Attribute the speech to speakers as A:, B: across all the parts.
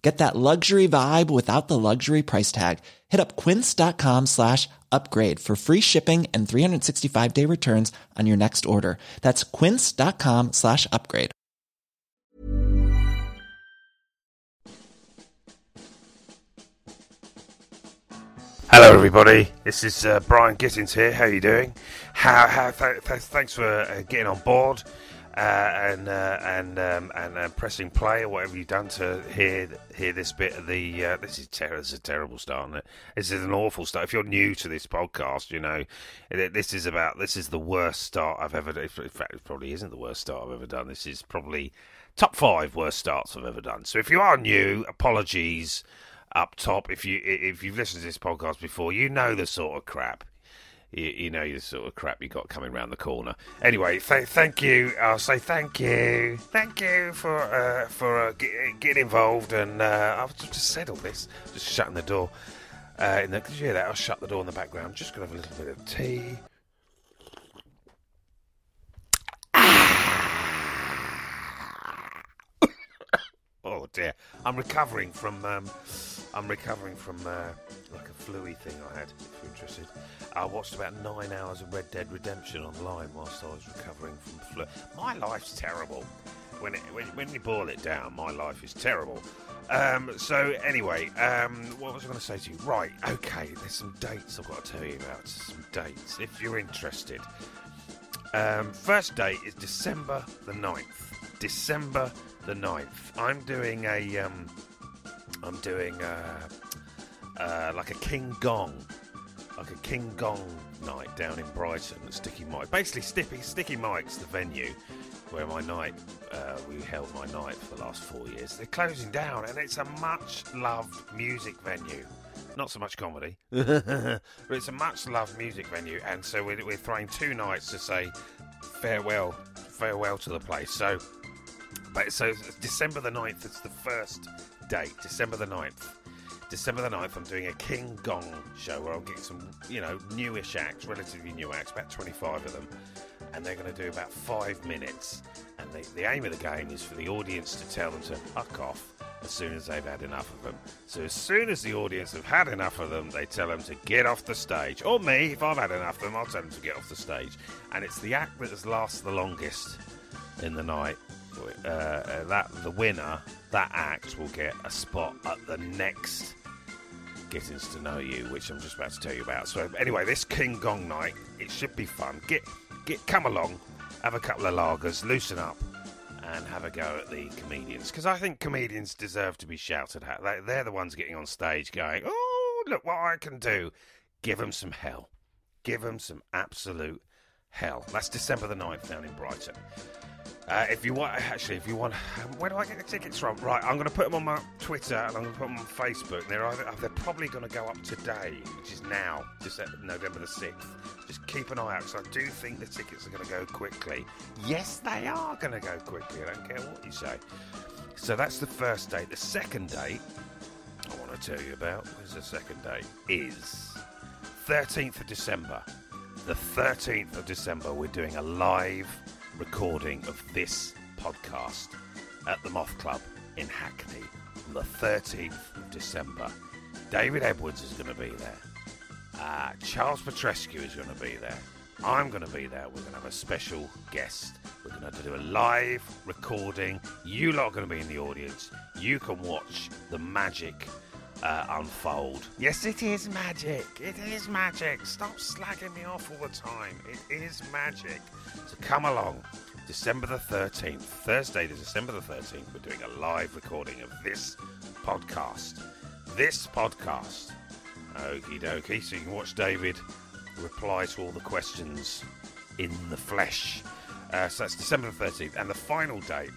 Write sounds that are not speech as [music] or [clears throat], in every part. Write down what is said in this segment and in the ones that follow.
A: Get that luxury vibe without the luxury price tag. Hit up quince.com slash upgrade for free shipping and 365 day returns on your next order. That's quince.com slash upgrade.
B: Hello, everybody. This is uh, Brian Gittins here. How are you doing? How, how th- th- thanks for uh, getting on board uh, and uh, and um, and uh, pressing play or whatever you've done to hear hear this bit of the. Uh, this is ter- this is a terrible start, isn't it? This is an awful start. If you're new to this podcast, you know it- this is about this is the worst start I've ever. In fact, it probably isn't the worst start I've ever done. This is probably top five worst starts I've ever done. So if you are new, apologies up top. If you if you've listened to this podcast before, you know the sort of crap. You, you know the sort of crap you got coming round the corner. Anyway, th- thank you. I'll say thank you, thank you for uh, for uh, get, getting involved. And uh, I've just said all this, just shutting the door. Uh, in the, did you hear that? I'll shut the door in the background. Just gonna have a little bit of tea. Oh dear, I'm recovering from um, I'm recovering from uh, like a fluey thing I had. If you're interested, I watched about nine hours of Red Dead Redemption online whilst I was recovering from flu. My life's terrible. When it, when, when you boil it down, my life is terrible. Um, so anyway, um, what was I going to say to you? Right, okay. There's some dates I've got to tell you about. Some dates, if you're interested. Um, first date is December the 9th. December the 9th. I'm doing a, um, I'm doing a, uh, like a King Gong, like a King Gong night down in Brighton at Sticky Mike. Basically, Sticky, Sticky Mike's the venue where my night, uh, we held my night for the last four years. They're closing down and it's a much loved music venue not so much comedy, [laughs] but it's a much loved music venue, and so we're, we're throwing two nights to say farewell, farewell to the place. So, but so it's December the 9th is the first date. December the 9th. December the 9th, I'm doing a King Gong show where I'll get some, you know, newish acts, relatively new acts, about 25 of them, and they're going to do about five minutes. And the, the aim of the game is for the audience to tell them to fuck off as soon as they've had enough of them. So as soon as the audience have had enough of them, they tell them to get off the stage. Or me, if I've had enough of them, I'll tell them to get off the stage. And it's the act that has lasted the longest in the night. Uh, uh, that the winner, that act will get a spot at the next Getting to Know You, which I'm just about to tell you about. So anyway, this King Gong night, it should be fun. Get, get, come along, have a couple of lagers, loosen up, and have a go at the comedians because I think comedians deserve to be shouted at. They- They're the ones getting on stage going, "Oh, look what I can do!" Give them some hell. Give them some absolute hell. That's December the 9th down in Brighton. Uh, if you want, actually, if you want, where do I get the tickets from? Right, I'm going to put them on my Twitter and I'm going to put them on Facebook. They're either, uh, they're probably going to go up today, which is now, just at November the sixth. Just keep an eye out because I do think the tickets are going to go quickly. Yes, they are going to go quickly. I don't care what you say. So that's the first date. The second date I want to tell you about is the second date is 13th of December. The 13th of December, we're doing a live recording of this podcast at the Moth Club in Hackney on the 13th of December. David Edwards is going to be there. Uh, Charles Petrescu is going to be there. I'm going to be there. We're going to have a special guest. We're going to do a live recording. You lot are going to be in the audience. You can watch the magic uh, unfold. Yes, it is magic. It is magic. Stop slagging me off all the time. It is magic. So come along. December the 13th, Thursday, the December the 13th, we're doing a live recording of this podcast. This podcast. Okie dokie. So you can watch David reply to all the questions in the flesh. Uh, so that's December the 13th. And the final date.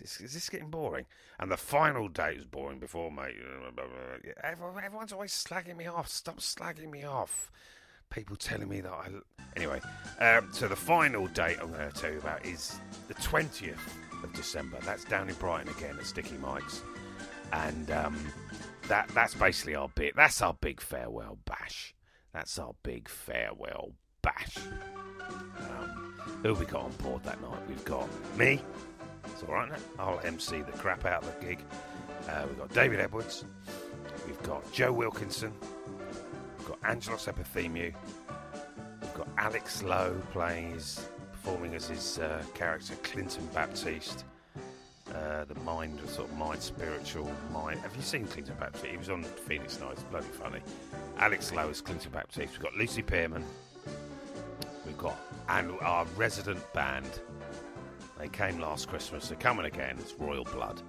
B: Is, is this getting boring? And the final date was boring before, mate. Everyone, everyone's always slagging me off. Stop slagging me off. People telling me that I. Anyway, um, so the final date I'm going to tell you about is the 20th of December. That's down in Brighton again at Sticky Mike's and um, that that's basically our big that's our big farewell bash. That's our big farewell bash. Um, who have we got on board that night? We've got me. It's all right. Now. I'll MC the crap out of the gig. Uh, we've got David Edwards. We've got Joe Wilkinson. We've got Angelos Epithemiou. We've got Alex Lowe playing his performing as his uh, character Clinton Baptiste uh, the mind, sort of mind spiritual mind. Have you seen Clinton Baptiste? He was on Phoenix Nights, bloody funny. Alex Lowe is Clinton Baptiste. We've got Lucy Pearman. We've got and our resident band. They came last Christmas. They're coming again. It's Royal Blood.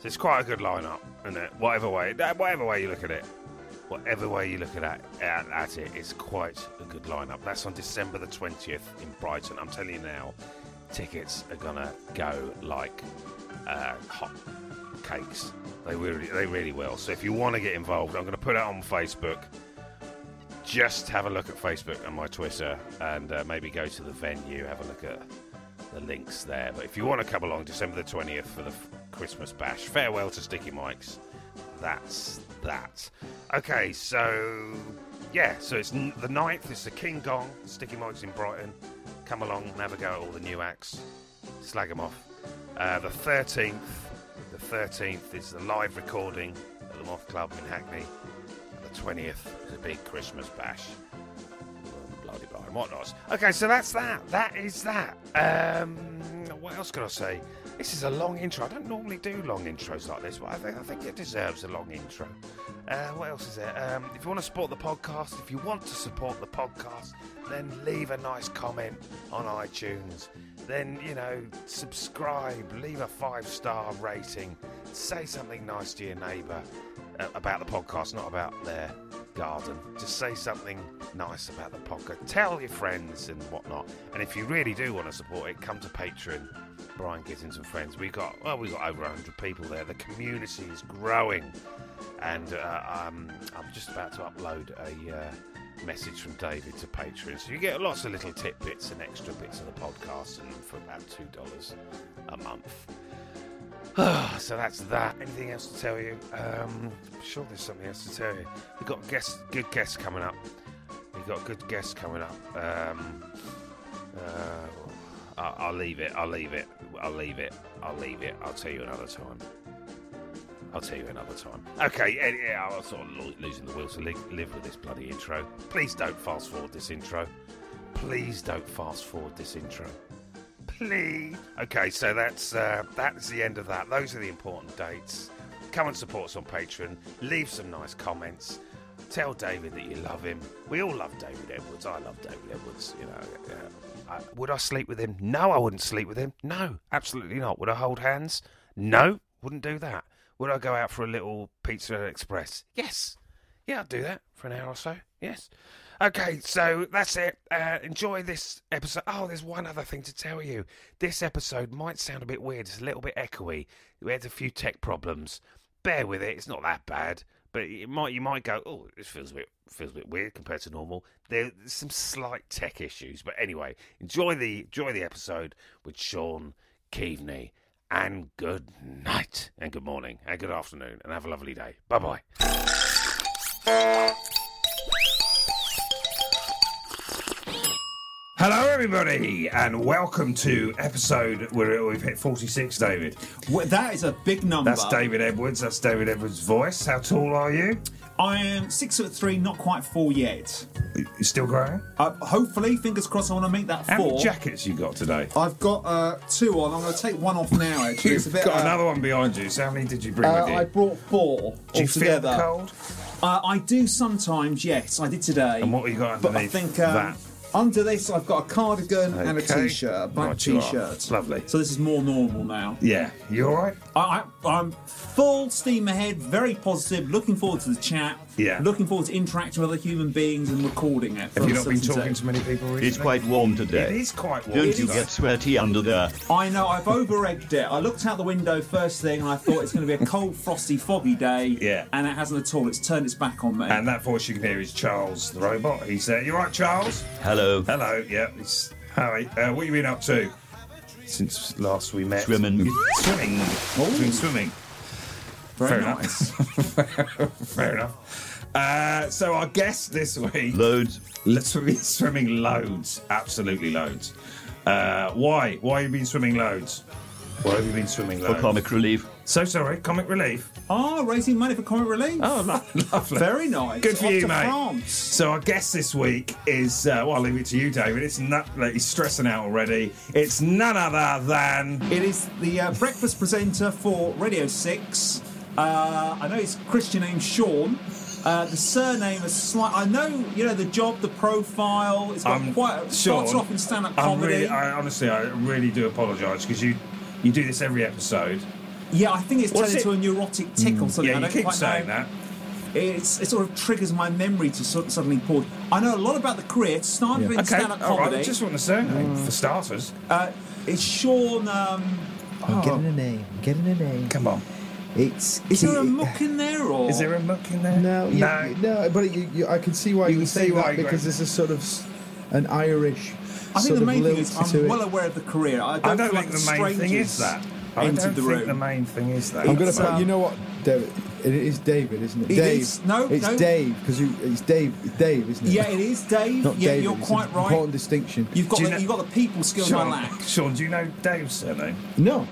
B: So it's quite a good lineup, isn't it? Whatever way, that- whatever way you look at it, whatever way you look at that, at, at it, it's quite a good lineup. That's on December the twentieth in Brighton. I'm telling you now, tickets are gonna go like uh, hot cakes. They really, they really will. So if you want to get involved, I'm going to put it on Facebook. Just have a look at Facebook and my Twitter, and uh, maybe go to the venue, have a look at the links there. But if you want to come along, December the twentieth for the f- Christmas bash. Farewell to Sticky Mike's. That's that. Okay, so yeah, so it's n- the 9th. It's the King Gong Sticky Mike's in Brighton. Come along, and have a go at all the new acts slag them off. Uh, the 13th, the 13th is the live recording at the Moth Club in Hackney. And the 20th is a big Christmas bash. Bloody blah and whatnot. Okay, so that's that. That is that. Um, what else can I say? This is a long intro. I don't normally do long intros like this, but I think, I think it deserves a long intro. Uh, what else is there? Um, if you want to support the podcast, if you want to support the podcast, then leave a nice comment on iTunes. Then, you know, subscribe, leave a five star rating, say something nice to your neighbour uh, about the podcast, not about their garden. Just say something nice about the podcast. Tell your friends and whatnot. And if you really do want to support it, come to Patreon. Brian Gittins and friends. We got well, we got over 100 people there. The community is growing, and uh, um, I'm just about to upload a uh, message from David to Patreon. So you get lots of little tidbits and extra bits of the podcast, and for about two dollars a month. Ah, so that's that. Anything else to tell you? Um, I'm sure there's something else to tell you. We've got guests, good guests coming up. We've got good guests coming up. Um, uh, I'll, I'll leave it. I'll leave it. I'll leave it. I'll leave it. I'll tell you another time. I'll tell you another time. Okay, yeah, yeah, I'm sort of lo- losing the will to li- live with this bloody intro. Please don't fast forward this intro. Please don't fast forward this intro. Please. Okay, so that's uh, that's the end of that. Those are the important dates. Come and support us on Patreon. Leave some nice comments. Tell David that you love him. We all love David Edwards. I love David Edwards. You know. Uh, I- would I sleep with him? No, I wouldn't sleep with him. No, absolutely not. Would I hold hands? No, wouldn't do that. Would I go out for a little pizza and express? Yes. Yeah, I'll do that for an hour or so. Yes. Okay, so that's it. Uh, enjoy this episode. Oh, there's one other thing to tell you. This episode might sound a bit weird. It's a little bit echoey. We had a few tech problems. Bear with it. It's not that bad, but it might you might go, oh, this feels a bit feels a bit weird compared to normal. There's some slight tech issues, but anyway, enjoy the enjoy the episode with Sean Keaveney. And good night, and good morning, and good afternoon, and have a lovely day. Bye bye. Hello, everybody, and welcome to episode where we've hit 46, David.
C: Well, that is a big number.
B: That's David Edwards. That's David Edwards' voice. How tall are you?
C: I am six foot three, not quite four yet.
B: You still growing?
C: Uh, hopefully, fingers crossed, I want to meet that
B: How
C: four.
B: many jackets you got today?
C: I've got uh, two on. I'm going to take one
B: [laughs]
C: off now. Actually, it's a
B: You've
C: bit.
B: got
C: uh,
B: another one behind you. So how many did you bring
C: uh,
B: with you?
C: I brought four
B: Do you feel
C: altogether.
B: the cold?
C: Uh, I do sometimes, yes. I did today.
B: And what have you got
C: But I
B: underneath
C: think um,
B: that?
C: under this, I've got a cardigan and a
B: Okay.
C: t-shirt, a black
B: Right, you are.
C: t-shirt.
B: Lovely.
C: So this is more normal now.
B: Yeah, you all right?
C: I, I, I'm full steam ahead, very positive, looking forward to the chat.
B: Yeah.
C: Looking forward to interacting with other human beings and recording it.
B: Have you not been talking to
C: me?
B: many people recently?
D: It's quite warm today.
B: It is quite warm.
D: Don't you
B: today.
D: get sweaty under there?
C: I know, I've over-egged it. I looked out the window first thing and I thought it's going to be a cold, frosty, foggy day.
B: Yeah.
C: And it hasn't at all. It's turned its back on me.
B: And that voice you can hear is Charles the robot. He's there. You all right, Charles?
D: Hello.
B: Hello. Yeah. It's Harry. Uh, what you been up to since last we met?
D: Swimming.
B: You- Swimming. Oh. Been swimming. fair
C: very nice.
B: [laughs] Fair enough. Uh, so our guest this week.
D: Loads.
B: Let's be swimming loads, absolutely loads. Uh, why? Why have you been swimming loads? Why have you been swimming
D: For
B: loads?
D: comic relief.
B: So sorry, comic relief.
C: Oh, raising money for comic relief.
B: Oh, lo- [laughs] lovely.
C: Very nice.
B: Good for
C: Off
B: you,
C: to
B: mate.
C: France.
B: So our guest this week is uh, well, I'll leave it to you, David. It's not like he's stressing out already. It's none other than
C: It is the uh, breakfast presenter for Radio 6. Uh, I know his Christian name Sean. Uh, the surname is slight. I know, you know, the job, the profile. It's got
B: I'm
C: quite. It starts
B: um, Sean.
C: off in stand-up
B: I'm
C: comedy.
B: really- I, honestly, I really do apologise because you you do this every episode.
C: yeah, I think it's
B: What's
C: turned
B: it- Mm,
C: into a neurotic tickle. Something
B: yeah,
C: I
B: you
C: don't
B: keep
C: quite
B: saying
C: know.
B: that.
C: It's, it sort of triggers my memory to sort suddenly pause. I know a lot about the career. It started in
B: Okay,
C: stand-up
B: all
C: comedy.
B: right, I just want the surname
E: Mm.
B: for starters.
C: uh, it's Sean. Um,
E: I'm getting a name. I'm getting a name.
B: Come on.
E: It's
C: is there a
E: Keating.
C: muck in there, or
B: Is there a muck in there?
E: No, you,
B: no.
E: no, But you, you, I can see why
B: You
E: you,
B: can
E: would say
B: see why
E: that
B: you-
E: because this is sort of s- an Irish.
C: I think
E: sort
C: the
E: of
C: main thing
E: lilt
C: is
E: to
C: I'm
E: it.
C: well aware of the career. I don't,
B: I don't
C: feel
B: think
C: like
B: the main thing is
C: strangers
B: that. I don't
C: entered
B: think
C: the room.
B: the main thing is that.
E: I'm gonna
B: That's
E: put.
B: all.
E: You know what, David? It is David, isn't it?
C: uh, It
E: Dave.
C: is- no,
E: it's
C: no.
E: Dave because it's Dave. It's Dave, isn't it?
C: Yeah, it is, Dave.
E: Not
C: yeah,
E: David.
C: you're
E: it's an
C: quite right.
E: Important distinction.
C: You've got
B: Do you
C: the,
B: know-
C: you've got the people skills I lack.
B: um, Sean, Sean, do you know Dave's surname?
E: no.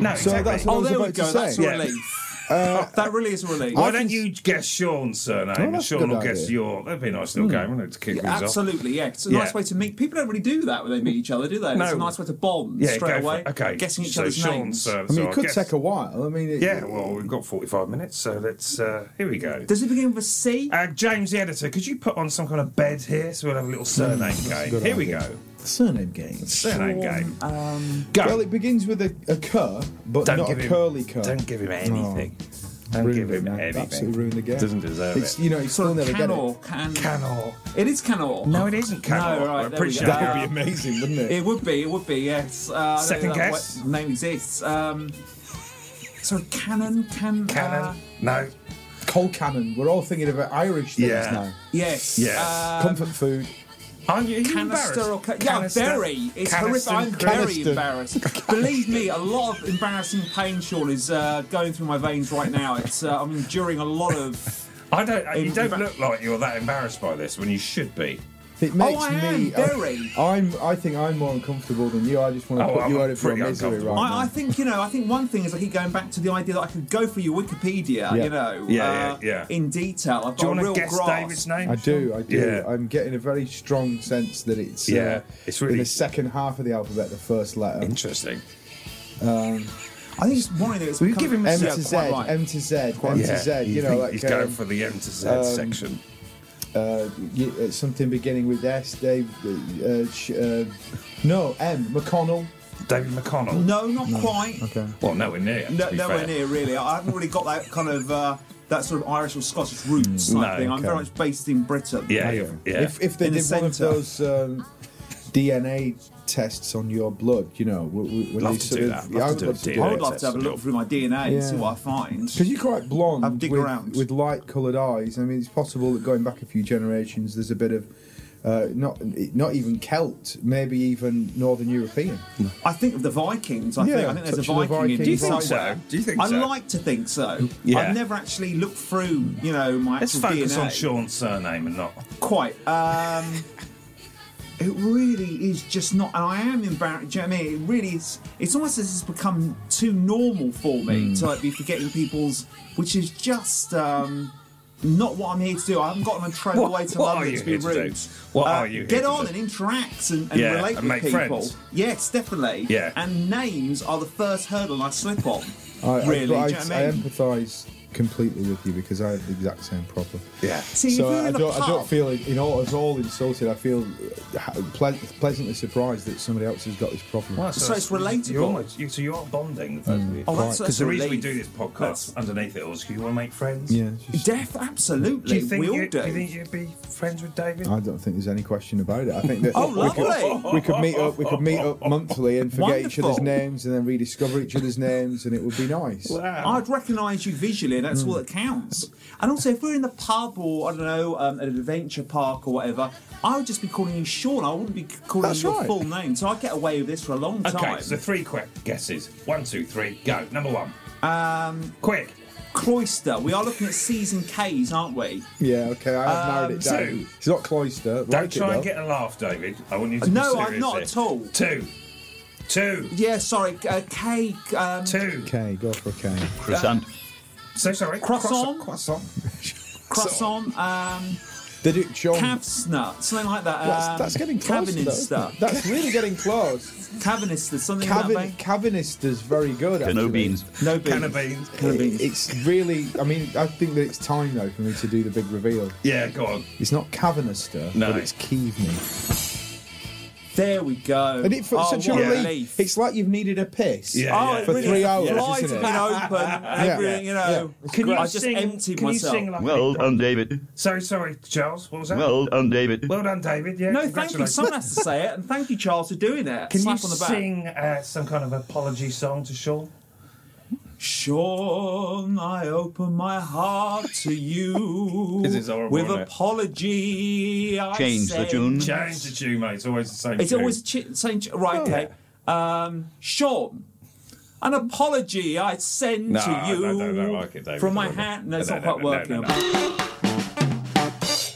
B: No,
E: So
B: exactly.
E: that's what I
C: Oh,
E: was
C: there we
E: about to
C: go. That's a
E: say. Uh,
B: Yeah.
C: relief. that really is a relief.
B: Why
E: I
B: don't
E: think-
B: you guess Sean's surname
E: Oh,
B: and
E: that's a
B: Sean
E: good
B: will guess
E: idea. Hmm.
B: your... That'd be a nice little game, wouldn't it, to kick things off?
C: Absolutely, yeah. It's a
B: Yeah.
C: nice way to meet. People don't really do that when they meet each other, do they? It's
B: No.
C: a nice way to bond
B: Yeah,
C: straight
B: go for
C: away.
B: it. Okay.
C: Guessing each
B: so
C: other's
B: Sean's uh,
C: names.
B: surname.
E: I mean,
B: so
E: it could
B: guess-
E: take a while. I mean, it,
B: Yeah, well, we've got 45 minutes, so let's... Uh, here we go.
C: Does it begin with a C?
B: Uh, James, the editor, could you put on some kind of bed here so we'll have a little
E: Hmm,
B: surname game? Here we go.
E: surname game.
B: Surname game.
C: um,
B: go.
E: Well, it begins with a, a cur, but
B: Don't
E: not a
B: give him-
E: curly cur. Oh.
B: Don't give him anything. don't
E: Ruined
B: give
E: it
B: him
E: now.
B: anything.
E: Absolutely ruined the game.
B: Doesn't deserve
E: it's,
B: it.
E: You know, you still never get it.
C: Canor. Can.
B: Canor.
C: It is Canor.
B: Oh, No, it isn't Canor.
C: No, right,
B: I
C: there we
B: appreciate
C: go.
B: that.
E: That'd be amazing, wouldn't
B: [laughs]
E: it?
C: It would be. It would be. Yes. Uh, I don't know
B: Second
C: that
B: guess?
C: what Name exists. Um, so canon. Can.
B: Cannon.
C: uh,
B: no.
E: Coal cannon. We're all thinking about Irish things
B: Yeah.
E: now.
C: yes.
B: Yes.
C: Uh,
E: Comfort food.
B: Aren't you, are you
C: Canister or
B: embarrassed?
C: ca- yeah,
B: Canister?
C: very. It's
B: Canister
C: horrific. I'm
B: crew?
C: very embarrassed. Believe me, a lot of embarrassing pain, Sean, is uh, going through my veins right now. It's uh, I'm enduring a lot of.
B: I don't. uh, You
C: In-
B: don't look like you're that embarrassed by this when you should be.
E: It makes
C: Oh, I am
E: me.
C: very.
E: I, am I think I'm more uncomfortable than you. I just want to
B: Oh,
E: put
B: I'm
E: you out of your
B: pretty
E: misery right
B: uncomfortable.
E: now.
C: I, I think you know. I think one thing is I keep going back to the idea that I could go for your Wikipedia.
E: Yeah.
C: You know,
B: Yeah, yeah,
C: uh,
B: yeah.
C: In detail, I've
B: Do you
C: got a
B: want to
C: real
B: guess
C: grasp.
B: David's name?
E: I do, I do.
B: Yeah.
E: I'm getting a very strong sense that it's
B: Yeah,
E: yeah,
B: it's really-
E: in the second half of the alphabet, the first letter.
B: Interesting.
C: I think it's one of those.
B: Will you give him a
E: M
B: Yeah,
E: to Z,
C: quite right.
E: M to Z, M
B: Yeah,
E: to Z. You know,
B: think
E: like
B: he's going
E: um,
B: for the M to Z
E: um,
B: section.
E: uh, y- uh, something beginning with S. Dave, uh, sh- uh, no M. McConnell.
B: David McConnell.
C: No, not quite.
E: Okay.
B: Well, nowhere near. to
C: No,
B: be
C: nowhere
B: fair.
C: near really. I haven't really got that kind of uh, that sort of Irish or Scottish roots.
B: Mm, No,
C: I think I'm
E: okay.
C: very much based in Britain.
B: Yeah, you're- yeah.
E: If, if they
C: In the
E: did one of
C: centre.
E: those um, DNA tests on your blood, you know, w- w- when
B: Love
E: they
B: to
E: sort
B: do
E: of,
B: that. Love
E: yeah,
B: to
E: I would
B: do a
E: love to
B: DNA
C: I would love
B: test
C: to have a
B: on your-
C: look through my DNA and see
E: Yeah.
C: what I find.
E: Because you're quite blonde,
C: Have a dig
E: with,
C: around.
E: with light coloured eyes. I mean, it's possible that going back a few generations, there's a bit of uh, not not even Celt, maybe even Northern European.
C: I think of the Vikings. I
E: Yeah,
C: think I think there's a
E: touch of the
C: Viking in
E: Vikings.
B: Do you think
C: somewhere.
B: so? Do you think
C: I
B: so?
C: like to think so.
B: Yeah.
C: I've never actually looked through, you know, my
B: Let's
C: actual
B: focus
C: DNA.
B: on Sean's surname and not.
C: Quite. Um, [laughs] it really is just not, and I am embarrassed. Do you know what I mean? It really is. It's almost as it's become
B: Hmm.
C: too normal for me to like be forgetting people's, which is just. Um, not what I'm here to do. I haven't gotten a travel
B: What-
C: away to
B: what are
C: London
B: you
C: to be
B: here to do?
C: rude. Uh,
B: What are you here
C: Get
B: to
C: on
B: do?
C: and interact and, and
B: Yeah, and
C: relate with
B: make
C: people.
B: friends.
C: Yes, definitely.
B: Yeah.
C: And names are the first hurdle I slip on.
E: I,
C: really,
E: I, I,
C: do you know what I
E: I
C: mean?
E: empathise completely with you because I have the exact same problem.
B: Yeah.
C: See,
E: so
C: if you're
E: I
C: in a
E: don't, I don't
C: pub-
E: feel in, in all, at all insulted. I feel uh, ha- ple- pleasantly surprised that somebody else has got this problem.
B: Well,
C: So it's
B: You're
C: relatable.
B: almost, you, so you are bonding with
E: Mm.
B: those people.
C: Oh, that's-
B: Because the
C: that's
B: reason we
C: relief.
B: do this podcast
C: That's-
B: underneath it all is 'cause you want to make friends.
E: yeah, it's just-
C: Def,
B: Do
C: absolutely.
B: you, think
C: we all
B: you,
C: do.
B: do you think you'd be friends with David?
E: I don't think there's any question about it. I think that
C: Oh,
E: we, could,
C: lovely.
E: we could meet up. We could
B: [laughs]
E: meet up monthly and forget each other's
C: Wonderful.
E: names and then rediscover each other's names, and it would be nice.
C: I'd recognise you visually, that's
E: Hmm.
C: all that counts. And also, if we're in the pub or I don't know, um, at an adventure park or whatever, I would just be calling you Sean. I wouldn't be c- calling
E: That's
C: you
E: right.
C: your full name. So I get away with this for a long
B: okay,
C: time.
B: so three quick guesses. One, two, three, go. Number one. Um, quick.
C: Cloister. We are looking at C's and K's, aren't we?
E: Yeah, okay, I have narrowed it
B: Um, so-
E: down. it's not cloister.
B: Don't
E: like it,
B: try and
E: though.
B: get a laugh, David. I want you to
C: No,
B: be serious
C: I'm not
B: here.
C: at all.
B: Two. Two.
C: Yeah, sorry. Uh, K. Um,
B: Two.
E: Okay, go for okay.
D: Croissant.
B: So sorry.
C: Croissant?
B: Croissant.
C: croissant. Um,
E: Did it, Sean?
C: Kavsner. Something like that.
E: Oh. that's,
C: um,
E: that's getting close. though, isn't
C: Cavinister.
E: it? That's really getting close.
C: Cavinister. Something that
E: Cabin,
C: way.
E: Cavinister's very good.
D: No
E: actually.
D: beans.
C: No beans.
B: Can of beans.
C: Can of beans.
E: It's really. I mean, I think that it's time though for me to do the big reveal.
B: Yeah, go on.
E: It's not Cavinister,
B: No.
E: but it's Keaveney.
C: There we go.
E: And it for
C: oh,
E: such a
C: what
E: relief.
C: relief.
E: It's like you've needed a piss.
B: Yeah.
C: Oh, it
E: For
C: really,
E: three
C: the
E: hours,
C: Blinds
E: isn't
C: have
E: it?
B: [laughs]
C: been open. and
E: Yeah.
C: everything, you know.
E: Yeah.
B: Can you
C: I just
B: sing,
C: emptied
B: can
C: myself.
B: You sing like
D: Well
B: Big
D: done,
B: Brother?
D: David.
B: Sorry, sorry, Charles. What was that?
D: Well done, David.
B: Well done, David. Yeah.
C: no, thank you.
B: congratulations.
C: Someone has to say it, and thank you, Charles, for doing that.
B: Can
C: Slap
B: you
C: on the back.
B: sing uh, some kind of apology song to Sean?
C: Sean, I open my heart to you.
B: [laughs] This is horrible,
C: With
B: isn't it?
C: apology, I
D: Change the
C: send-
D: tune.
B: Change the tune, mate. It's always the same.
C: It's
B: tune.
C: always ch- same. Ch-
B: Oh,
C: right, okay. Um, Sean, an apology I send
B: No,
C: to
B: I
C: you
B: don't- I don't like it, David.
C: from my
B: I don't like it.
C: hand. No, it's
B: No,
C: not
B: no,
C: quite
B: no, no,
C: working.
B: no, no.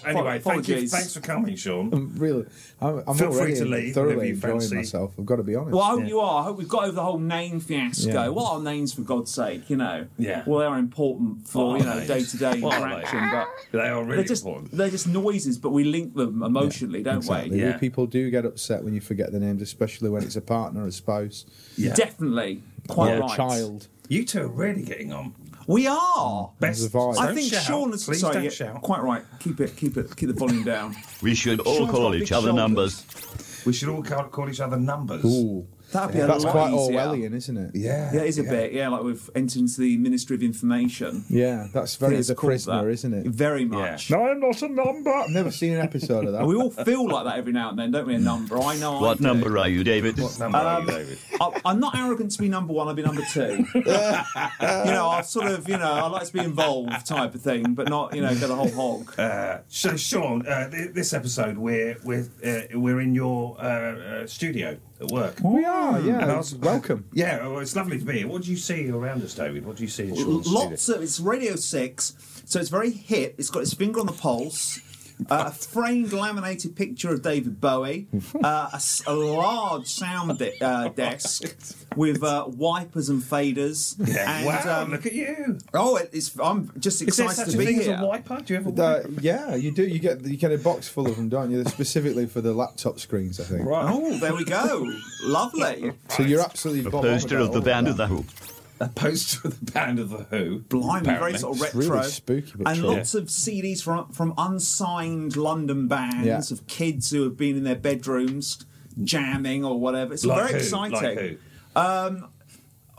B: Anyway, thank you.
C: Apologies.
B: Thanks for coming, Sean.
E: Really, I'm, I'm
B: Feel free
E: already
B: to leave whenever
E: thoroughly
B: you
E: enjoying
B: fancy.
E: myself. I've got to be honest.
C: Well, I hope you are. I hope we've got over the whole name fiasco.
E: Yeah.
C: What are names for God's sake? You know,
B: Yeah.
C: Well, they are important for
B: What
C: you
B: are
C: know
B: names?
C: day to day
B: What are
C: interaction,
B: names?
C: but
B: They are really
C: they're just
B: important.
C: they're just noises, but we link them emotionally, don't
E: Exactly.
C: we?
B: Yeah.
E: People do get upset when you forget the names, especially when it's a partner, a spouse,
B: Yeah.
C: Definitely, quite
E: or
C: right.
E: a child.
B: You two are really getting on.
C: We are.
B: Best.
E: vibe.
C: I
B: Don't
C: think
B: shout.
C: Sean has
B: Please
C: sorry,
B: don't
C: yeah,
B: shout.
C: quite right. Keep it, keep it, keep the volume down.
D: We should all
B: Sean's
D: call
B: got
D: each
B: big
D: other
B: shoulders.
D: numbers.
B: We should all call, call each other numbers.
E: Ooh,
C: That'd be a
E: that's
C: lot
E: quite
C: easier.
E: Orwellian, isn't it?
B: Yeah.
C: Yeah, it is a bit. Yeah, like we've entered into the Ministry of Information.
E: Yeah, that's very
C: It's
E: the
C: called
E: prisoner,
C: that.
E: is isn't it?
C: Very
B: Yeah.
C: much.
B: No, I'm not a number.
E: I've never seen an episode of that.
C: And we all feel like that every now and then, don't we? A number. I know. I
D: What
C: do.
D: number are you, David?
B: Number are you, [laughs] David.
C: I, I'm not arrogant to be number one. I'll be number two. you know, I sort of, you know, I like to be involved type of thing, but not, you know, get a whole
B: [laughs]
C: hog.
B: So, Sean, uh, th- this episode we're we're uh, we're in your uh, uh, studio at work.
E: we are,
B: And I
E: yeah.
B: was-
E: Welcome.
B: Yeah, well, it's lovely to be here. What do you see around us, David? What do you see in Sean's
C: Lots
B: studio?
C: of it's Radio Six, so it's very hip. It's got its finger on the pulse. Uh, a framed laminated picture of David Bowie, uh, a, s- a large sound de- uh, desk with uh, wipers and faders.
B: Yeah.
C: and,
B: wow,
C: um,
B: look at you.
C: oh, it- it's, I'm just
B: Is there
C: excited
B: such
C: to
B: a
C: be
B: thing
C: here.
B: as a wiper? Do you have a
E: Uh,
B: wiper?
E: yeah, you do. You get you get a box full of them, don't you? They're Specifically for the laptop screens, I think.
B: Right.
C: Oh, there we go. Lovely.
E: So you're absolutely
D: A
E: bob on with
D: poster
E: that,
D: of the
E: all
D: band
E: that.
D: of the Who.
B: [laughs] A poster of the band of the Who.
C: Blimey, very
B: apparently.
C: sort of
E: It's
C: retro.
E: really spooky, but
C: and
E: true.
C: lots of CDs from from unsigned London bands
E: Yeah.
C: of kids who have been in their bedrooms jamming or whatever. It's
B: Like
C: very
B: who?
C: exciting.
B: Like who?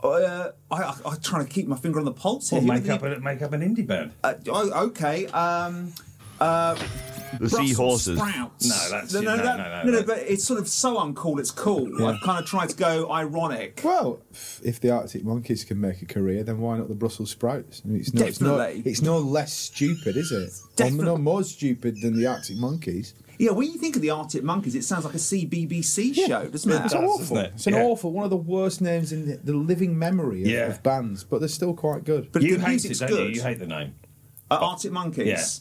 C: Uh, I, I, I'm trying to keep my finger on the pulse here.
B: Or
C: Who
B: make
C: the-
B: up, a, make up an indie band.
C: uh, oh, okay. Um,
D: The
C: Brussels
D: Seahorses.
C: Sprouts.
B: No, that's-
C: no, no,
B: no,
C: that-
B: no, no,
C: no, no,
B: that's-
C: But it's sort of so uncool. It's cool. I've kind of tried to go ironic.
E: Well, if the Arctic Monkeys can make a career, then why not the Brussels Sprouts? I mean, it's, no, it's, no,
C: Definitely.
E: it's no less stupid, is it?
C: Definitely.
E: Or no more stupid than the Arctic Monkeys.
C: Yeah, when you think of the Arctic Monkeys, it sounds like a CBBC show, doesn't it?
B: does,
E: It's awful.
B: doesn't it?
E: It's an
B: Yeah.
E: awful, one of the worst names in the, the living memory of,
B: Yeah.
E: of bands, but they're still quite good.
C: But
B: you
C: the
B: hate it,
C: music's
B: don't
C: good.
B: you? You hate the name.
C: uh,
B: Oh.
C: Arctic Monkeys.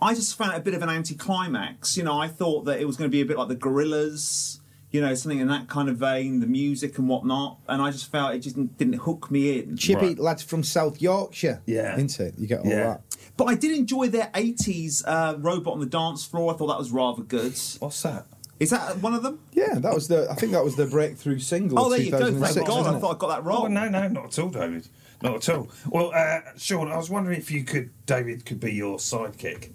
C: I just found it a bit of an anticlimax. You know, I thought that it was going to be a bit like the Gorillas, you know, something in that kind of vein, the music and whatnot. And I just felt it just didn't hook me in.
E: Chippy lads from South Yorkshire,
B: Yeah.
E: isn't it? You get all
B: Yeah.
E: that.
C: But I did enjoy their 80s uh, robot on the dance floor. I thought that was rather good.
B: What's that?
C: Is that one of them?
E: Yeah, that was the. I think that was the breakthrough single.
C: Oh, there you go. Thank
E: 2006,
C: God.
E: wasn't
C: I
E: it?
C: thought I got that
B: Oh,
C: wrong.
B: no, no, not at all, David. Not at all. Well, uh, Sean, I was wondering if you could, David, could be your sidekick.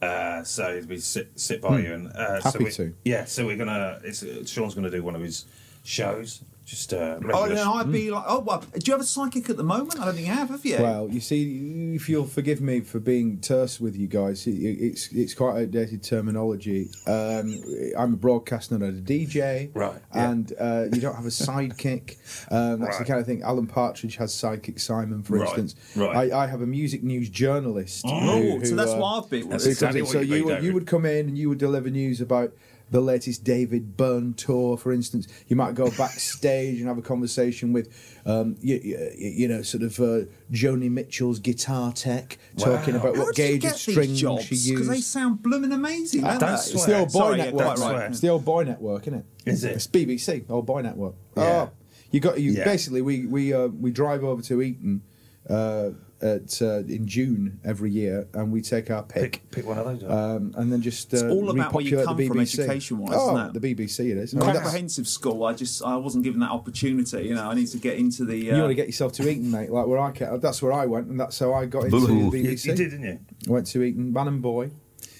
B: Uh, so we sit sit by
C: Hmm.
B: you and uh, so
E: Happy
B: we-
E: to.
B: Yeah, so we're gonna. It's, uh, Sean's gonna do one of his shows. Just uh,
C: Oh,
B: regular sh-
C: no, I'd be like, oh, well, do you have a psychic at the moment? I don't think you have, have you?
E: Well, you see, if you'll forgive me for being terse with you guys, it, it's it's quite outdated terminology. Um, I'm a broadcaster, not a DJ,
B: Right, yeah.
E: And uh, you don't have a sidekick. Um, that's the
B: Right.
E: kind of thing. Alan Partridge has sidekick Simon, for
B: Right,
E: instance.
B: right.
E: I, I have a music news journalist. uh,
C: Oh, so that's why I've been.
B: That's
E: who
B: exactly
E: comes
B: what
E: in.
B: you
E: so
B: do,
E: you, would,
B: David.
E: you would come in and you would deliver news about the latest David Byrne tour, for instance. You might go backstage and have a conversation with, um, you, you, you know, sort of uh, Joni Mitchell's guitar tech, talking about
C: How
E: what
C: did you
E: gauge of
C: get
E: string
C: these jobs?
E: she
C: Because
E: used.
C: they sound blooming amazing. don't
B: don't
C: they?
B: swear.
E: it's the old boy
C: Sorry, yeah,
E: network.
C: quite right.
B: swear.
E: It's the old boy network, isn't it?
B: Is it?
E: It's BBC, old boy network.
B: Yeah.
E: Oh, you got you.
B: Yeah.
E: Basically, we we uh, we drive over to Eton uh, at uh, in June every year, and we take our pick.
B: pick pick one of those. Up.
E: Um, and then just uh,
C: all about where you
E: repopulate
C: come
E: the
C: from
E: BBC.
C: education-wise,
E: Oh,
C: isn't it?
E: the BBC it is. I mean, that's-
C: Comprehensive school. I just I wasn't given that opportunity. You know, I need to get into the. Uh,
E: you want to get yourself to Eton, mate? Like where I ca- that's where I went, and that's how I got into
D: Boo-hoo.
E: the
B: you,
E: BBC.
B: you did, didn't you?
E: Went to Eton, man and boy.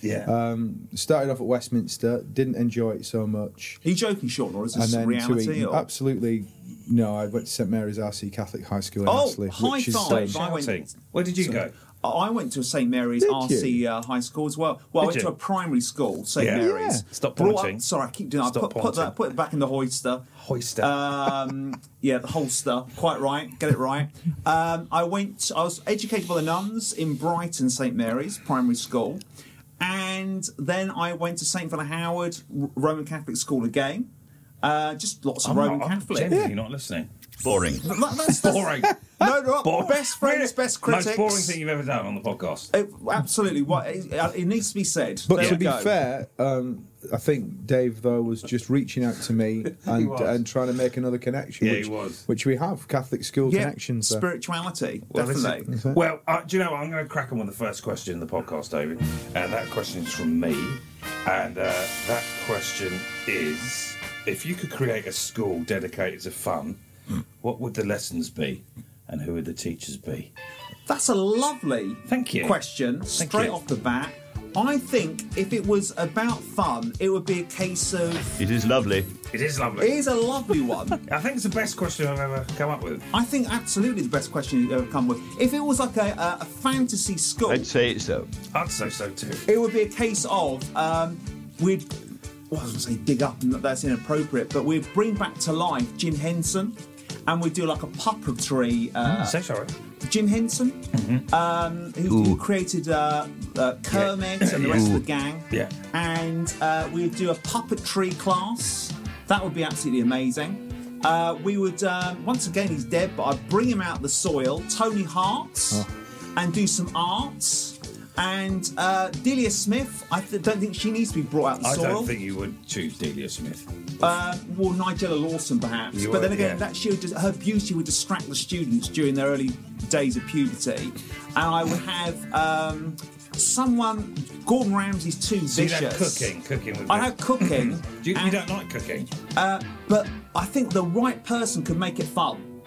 B: Yeah.
C: Um,
E: Started off at Westminster, didn't enjoy it so much,
C: Are you joking, Sean, or is
E: and
C: this
E: then to
C: reality?
E: Eton.
C: Or?
E: Absolutely, no. I went to St Mary's RC Catholic High School in
C: Oh,
E: Astley,
C: high
E: which is
C: five.
E: um,
C: I went-
B: Shouting. Where did you go?
C: I- I went to a St Mary's
E: Did
C: RC
E: you?
C: uh, high school as well. Well, I
B: Did
C: went
B: you?
C: to a primary school, St
B: Yeah.
C: Mary's.
B: Yeah. Stop
C: Brought
B: pointing.
C: Up, sorry, I keep doing. that. I
B: Stop
C: put, put that,
B: pointing.
C: put it back in the hoister.
B: Hoister.
C: Um, yeah, the holster. Quite right. Get it right. Um, I went. I was educated by the nuns in Brighton St Mary's primary school, and then I went to St Philip Howard R- Roman Catholic school again. Uh, just lots of
B: I'm
C: Roman
B: not- I'm
C: Catholic.
B: genuinely not
C: [laughs]
B: listening.
D: Boring.
C: That- that's, that's, [laughs]
B: Boring.
C: No, no,
B: Boring.
C: best friends,
B: [laughs] Really?
C: best critics.
B: Most boring thing you've ever done on the podcast.
C: It, absolutely, what it, it needs to be said.
E: But
C: There
E: to
C: we
E: be
C: go.
E: fair, um, I think Dave though was just reaching out
B: [laughs]
E: to me and,
B: was.
E: and trying to make another connection.
B: Yeah, he
E: which,
B: was.
E: Which we have Catholic school
C: yeah,
E: connections. there.
C: spirituality,
B: this is-
C: definitely.
B: well, uh, do you know what? I'm going to crack on with the first question in the podcast, David. And that question is from me. And uh, that question is if you could create a school dedicated to fun, what would the lessons be? And who would the teachers be?
C: That's a lovely
B: Thank you.
C: question straight
B: you.
C: off the bat. I think if it was about fun, it would be a case of.
D: It is lovely.
B: It is lovely.
C: It is a
B: [laughs]
C: lovely one.
B: I think it's the best question I've ever come up with.
C: I think absolutely the best question you've ever come with. If it was like a, a, a fantasy school,
D: I'd say so.
B: I'd say so too.
C: it would be a case of um, we'd. Well, I was going to say dig up, and that's inappropriate, but we'd bring back to life Jim Henson, and we'd do like a puppetry uh,
B: so sorry.
C: Jim Henson,
B: Mm-hmm.
C: um, who, who
D: Ooh.
C: created uh, uh, Kermit and the
B: Yeah.
C: rest of the
D: Ooh.
C: gang.
B: Yeah.
C: And uh, we would do a puppetry class. That would be absolutely amazing. Uh, we would, uh, once again, he's dead, but I'd bring him out of the soil, Tony Hart,
B: Oh.
C: and do some arts. And uh, Delia Smith, I th- don't think she needs to be brought out of the
B: I
C: soil.
B: don't think you would choose Delia Smith.
C: Uh, well, Nigella Lawson, perhaps.
B: You
C: but then
B: would,
C: again,
B: yeah.
C: that she would just, her beauty would distract the students during their early days of puberty. And I would have um, someone, Gordon Ramsay's too
B: So you'd
C: vicious.
B: have cooking, cooking with
C: I
B: me.
C: have cooking.
B: [clears throat] Do you, you
C: and-
B: don't like cooking?
C: But I think the right person could make it fun.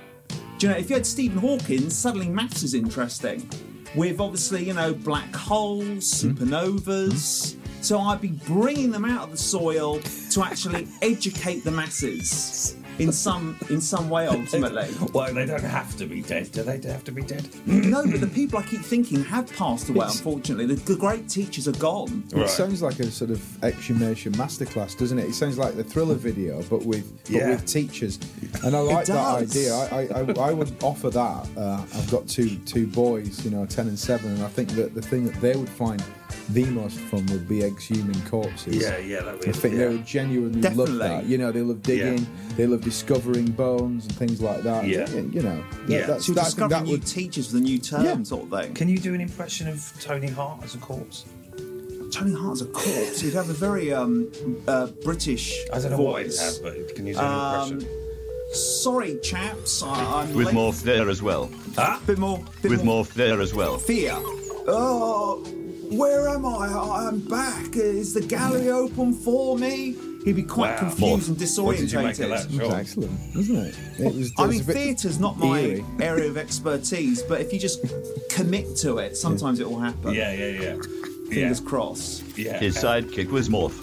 C: Do you know, if you had Stephen Hawking, suddenly maths is interesting. With obviously, you know, black holes,
E: Hmm.
C: supernovas. So I'd be bringing them out of the soil to actually educate the masses in some in some way
E: [coughs]
C: ultimately.
B: Well, they don't have to be dead. Do they have to be dead?
C: no, but the people I keep thinking have passed away. Unfortunately, the, the great teachers are gone.
E: It sounds like a sort of exhumation masterclass, doesn't it? It sounds like the thriller video, but with but
B: Yeah.
E: with
B: [laughs]
E: teachers. And I like that
C: does.
E: idea. I, I, I, I would offer that. Uh, I've got two two boys, you know, ten and seven, and I think that the thing that they would find the most fun would be exhuming corpses.
B: Yeah, yeah, that would-
E: I think
B: yeah.
E: they would genuinely
C: Definitely.
E: love that. You know, they love digging, they love discovering bones and things like that.
B: Yeah.
E: you know, that-
B: Yeah.
E: that's,
C: So
E: that, I think
C: discovering
E: that
C: new
E: would
C: teachers with a new term
E: Yeah.
C: sort of thing.
B: Can you do an impression of Tony Hart as a corpse?
C: Tony Hart's a corpse. He'd have a very um, uh, British
B: I don't know what it
C: voice.
B: has, but can you do an impression?
C: Sorry, chaps, I, I'm
D: With
C: late.
D: more flair as well.
C: bit more, bit
D: With more flair as well.
C: fear. Oh, where am I? I- I'm back. Is the gallery open for me? He'd be quite
B: Wow.
C: confused and
B: What did you make of that
C: disorientated.
E: It was
B: shot?
E: excellent, wasn't it? It was. it
C: I
E: was
C: mean,
E: a bit
C: theatre's not my
E: eerie.
C: area of expertise, but if you just commit to it, sometimes it will happen.
B: Yeah, yeah, yeah.
C: Um, Fingers crossed.
B: Yeah.
D: His sidekick was Morph.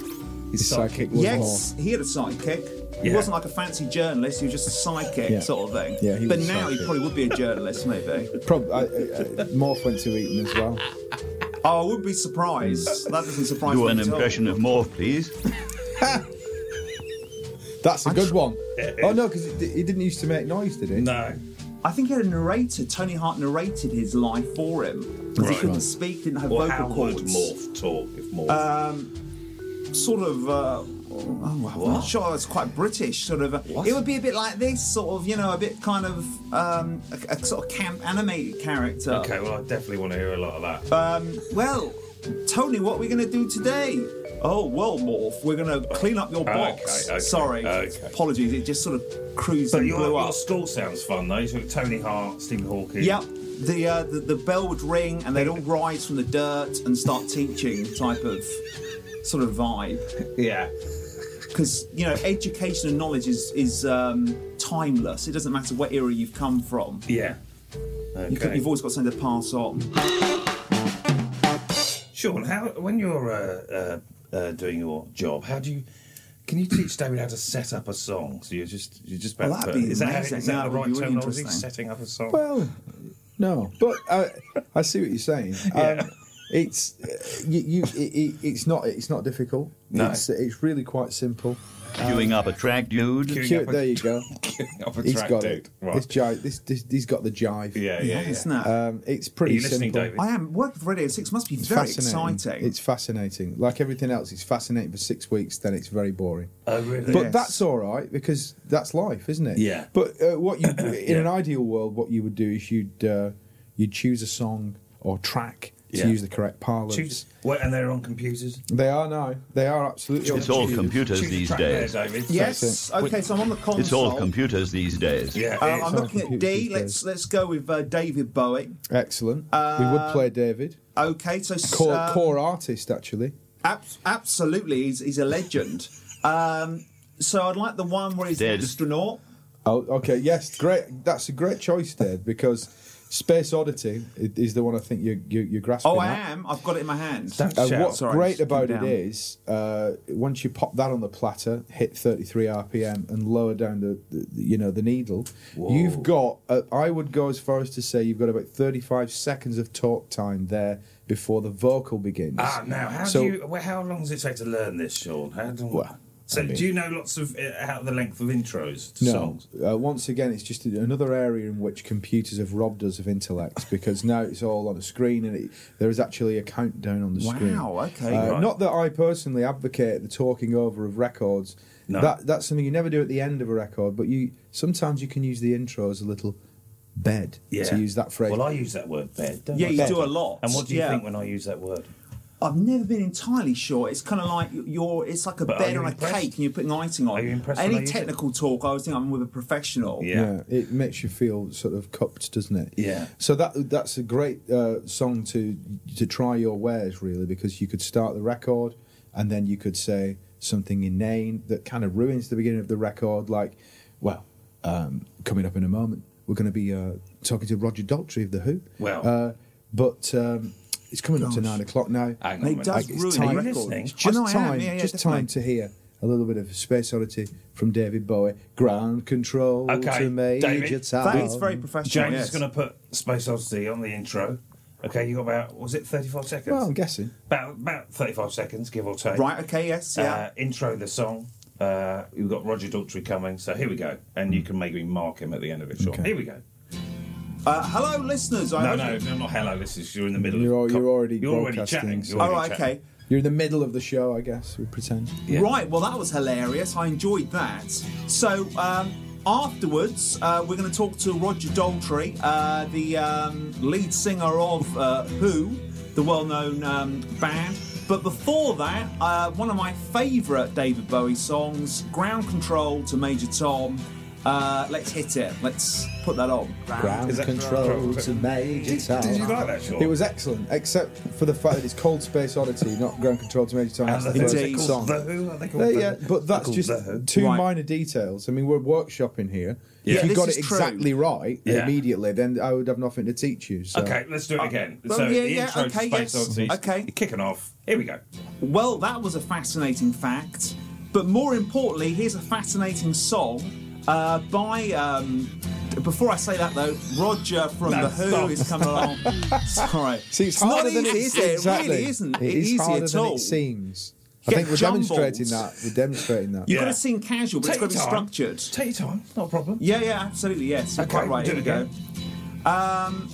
E: His psychic was
C: Yes, he had a sidekick. He
B: Yeah.
C: wasn't like a fancy journalist, he was just a sidekick
E: Yeah.
C: sort of thing.
E: Yeah, he
C: but
E: was a
C: now he
E: sidekick.
C: probably would be a journalist, maybe.
E: Prob- I, I, I, Morph went to Eton as well.
C: Oh, I would be surprised. That doesn't surprise
D: Do
C: me.
D: an
C: at all.
D: impression of Morph, please.
E: That's a good one.
B: It
E: Oh
B: is.
E: no, because he didn't used to make noise, did he?
B: No.
C: I think he had a narrator. Tony Hart narrated his life for him because
B: Right.
C: he couldn't speak, didn't have
B: Or how
C: vocal
B: would
C: cords. Uh,
B: Morph talk if Morph?
C: Sort of. Uh, oh, I'm not sure. It's quite British, sort of. uh, It would be a bit like this, sort of. You know, a bit kind of um, a, a sort of camp animated character.
B: okay, well, I definitely want to hear a lot of that.
C: Well, Tony, what are we going to do today? Oh, well, Morph, we're going to clean up your
B: Okay,
C: box.
B: okay,
C: Sorry.
B: okay.
C: Apologies. It just sort of cruised
B: so
C: and
B: your,
C: blew
B: your
C: up.
B: school sounds fun, though. So Tony Hart, Stephen Hawking.
C: Yep. The, uh, the the bell would ring and they'd all rise from the dirt and start teaching type of sort of vibe
B: Yeah.
C: because you know education and knowledge is is um, timeless. It doesn't matter what era you've come from.
B: Yeah. Okay.
C: You could, you've always got something to pass on.
B: Sean, how when you're uh, uh, uh, doing your job, how do you? Can you teach David how to set up a song? So you're just you're just about
C: Well,
B: to
C: that'd
B: put-
C: be
B: is that, how-
C: amazing.
B: is that
C: That
B: the
C: would
B: right
C: be really
B: terminology?
C: interesting.
B: Setting up a song.
E: Well, no, but I, I see what you're saying.
B: [laughs] Yeah.
E: Um, it's uh, you, you it, it, it's not it's not difficult.
B: No.
E: It's uh, it's really quite simple.
D: Queuing up a track, dude.
B: Queuing
E: Cute,
B: up a-
E: there
B: [laughs]
E: you go.
B: queuing up a
E: He's
B: track,
E: got
B: dude.
E: it.
B: Right.
E: This jive, this, this he's got the jive.
B: yeah, yeah, Uh, yeah.
C: Isn't that?
E: Um, it's
B: Are
E: pretty
B: you listening,
E: simple.
B: David?
C: I am working for Radio Six. Must be
E: It's
C: very
E: fascinating.
C: exciting.
E: It's fascinating. Like everything else, it's fascinating for six weeks. Then it's very boring.
B: oh, really?
E: But
C: Yes.
E: that's all right because that's life, isn't it?
B: Yeah.
E: But uh, what you in an
B: Yeah.
E: ideal world, what you would do is you'd uh, you'd choose a song or track to
B: Yeah.
E: use the correct parlance.
B: Choose- Well, and they're on computers.
E: They are now. They are absolutely.
D: It's all computers
E: computers.
B: Choose a
D: these
B: track
D: days.
B: There, David.
C: yes. Okay, so I'm on the console.
D: It's all computers these days.
B: Yeah.
C: Uh,
B: it's-
C: I'm
E: all
C: looking at
E: computers
C: D.
E: these
C: Let's
E: days.
C: let's go with uh, David Bowie.
E: Excellent. we
C: Uh,
E: would play David.
C: Okay, so s-
E: Core,
C: uh,
E: core artist, actually.
C: Ab- absolutely, he's, he's a legend. Um, so I'd like the one where he's
D: Dead.
C: an astronaut.
E: Oh, okay. Yes, great. That's a great choice, Dave, because Space Oddity i- is the one I think you, you, you're grasping
C: Oh, I
E: at.
C: am. I've got it in my hand.
B: Don't
E: And
B: shout.
E: what's
C: Sorry,
E: Uh, great
C: just come
E: about it
C: down.
E: is, uh, once you pop that on the platter, hit 33 RPM and lower down the, the the- you know, the needle, you've got. Uh, I would go as far as to say you've got about 35 seconds of talk time there before the vocal begins.
B: Ah, now how
E: So-
B: do you? Well, how long does it take to learn this, Sean? How do?
E: Well,
B: so
E: I mean-
B: do you know lots of uh, how the length of intros to
E: No.
B: songs?
E: Uh, once again, it's just another area in which computers have robbed us of
B: [laughs]
E: intellect because now it's all on a screen and it, there is actually a countdown on the
C: Wow,
E: screen.
C: okay.
E: Uh,
B: Right.
E: Not that I personally advocate the talking over of records.
B: No.
E: That, that's something you never do at the end of a record, but you sometimes you can use the intro as a little bed
B: Yeah.
E: to use that phrase.
B: Well, I use that word bed. Don't
C: Yeah,
B: I?
C: you do a lot.
B: And what do you
C: Yeah.
B: think when I use that word?
C: I've never been entirely sure. It's kind of like you're. It's like a
B: But are
C: bed
B: you
C: on a
B: impressed?
C: cake, and you're putting icing on.
B: Are you impressed when I
C: Any
B: use it?
C: technical talk, I always think I'm with a professional.
E: yeah. it makes you feel sort of cupped, doesn't it?
B: Yeah.
E: So that that's a great uh, song to to try your wares really, because you could start the record, and then you could say something inane that kind of ruins the beginning of the record, like, well, um, coming up in a moment, we're going to be uh, talking to Roger Daltrey of the Who.
B: Well.
E: uh, but um, it's coming up to
C: Gosh.
E: nine o'clock now.
B: Hang on
C: They
B: a minute.
C: does
E: Like, it's
C: ruin the
E: time-
B: Are you
C: record.
B: listening?
E: It's just
C: Oh, no, I am.
E: time,
C: Yeah, yeah,
E: just
C: definitely.
E: time to hear a little bit of Space Oddity from David Bowie. Ground control
B: Okay,
E: to major
B: David.
E: town.
C: That is very professional.
B: James
C: yes.
B: is going to put Space Oddity on the intro. Okay, you got about was it thirty five seconds?
E: Well, I'm guessing.
B: about about thirty five seconds, give or take.
C: Right. Okay. Yes. Yeah.
B: Uh, intro the song. Uh, we've got Roger Daltrey coming, so here we go, and you can maybe mark him at the end of it. Sean. Here we go.
C: Uh, hello, listeners. I
B: No,
C: hope
B: no,
C: you-
B: no, not hello. This is you're in the middle.
E: You're al-
B: of
E: you're already
B: you're already
E: broadcasting,
B: chatting.
E: so-
B: You're
C: All
B: already
C: right.
B: chatting.
C: Oh, Okay.
E: You're in the middle of the show, I guess. We pretend.
B: Yeah.
C: Right, well, that was hilarious. I enjoyed that. So, um, afterwards, uh, we're going to talk to Roger Daltrey, uh, the um, lead singer of uh, Who, the well known um, band. But before that, uh, one of my favourite David Bowie songs, Ground Control to Major Tom. Uh, let's hit it. Let's put that on.
E: Ground
B: Is that
E: control
B: ground
E: to
B: control?
E: Major
B: Did-
E: Tom.
B: did you like that, Sean?
E: It was excellent, except for the fact that it's Cold Space Oddity, not Ground Control to Major Tom. That's the
C: Indeed.
E: first
C: They're called
E: song.
B: The Who? Are they called
E: Yeah,
B: The
E: yeah,
B: Who?
E: but
B: They're
E: that's
B: called
E: just
B: The Who.
E: two
C: Right.
E: minor details. I mean, we're workshopping here.
B: Yeah.
E: If you
C: This
E: got
C: is
E: it
C: true.
E: exactly right
B: Yeah.
E: immediately, then I would have nothing to teach you. So.
B: Okay, let's do it again.
C: Uh, well,
B: so
C: yeah,
B: the
C: yeah,
B: intro
C: okay,
B: to Space
C: yes.
B: Odyssey.
C: Okay.
B: Kicking off. Here we go.
C: Well, that was a fascinating fact. But more importantly, here's a fascinating song uh, by. Um, before I say that though, Roger from
B: No,
C: The Who
B: stop.
C: is coming
E: [laughs]
C: along. Sorry.
E: See, it's
C: not
E: harder than
C: easy,
E: it is.
C: is it?
E: Exactly.
C: really isn't.
E: It is
C: easy
E: harder
C: at
E: than
C: all.
E: it seems. I
C: Get
E: think we're
C: jumbled.
E: demonstrating that. We're demonstrating that.
C: You've
B: Yeah.
C: got to sing casual, but
B: Take
C: it's got to be
B: your time.
C: structured.
B: Take your time. Not a problem.
C: Yeah, yeah, absolutely, yes. You're
B: Okay,
C: quite right.
B: do
C: Here we
B: it
C: go. Um,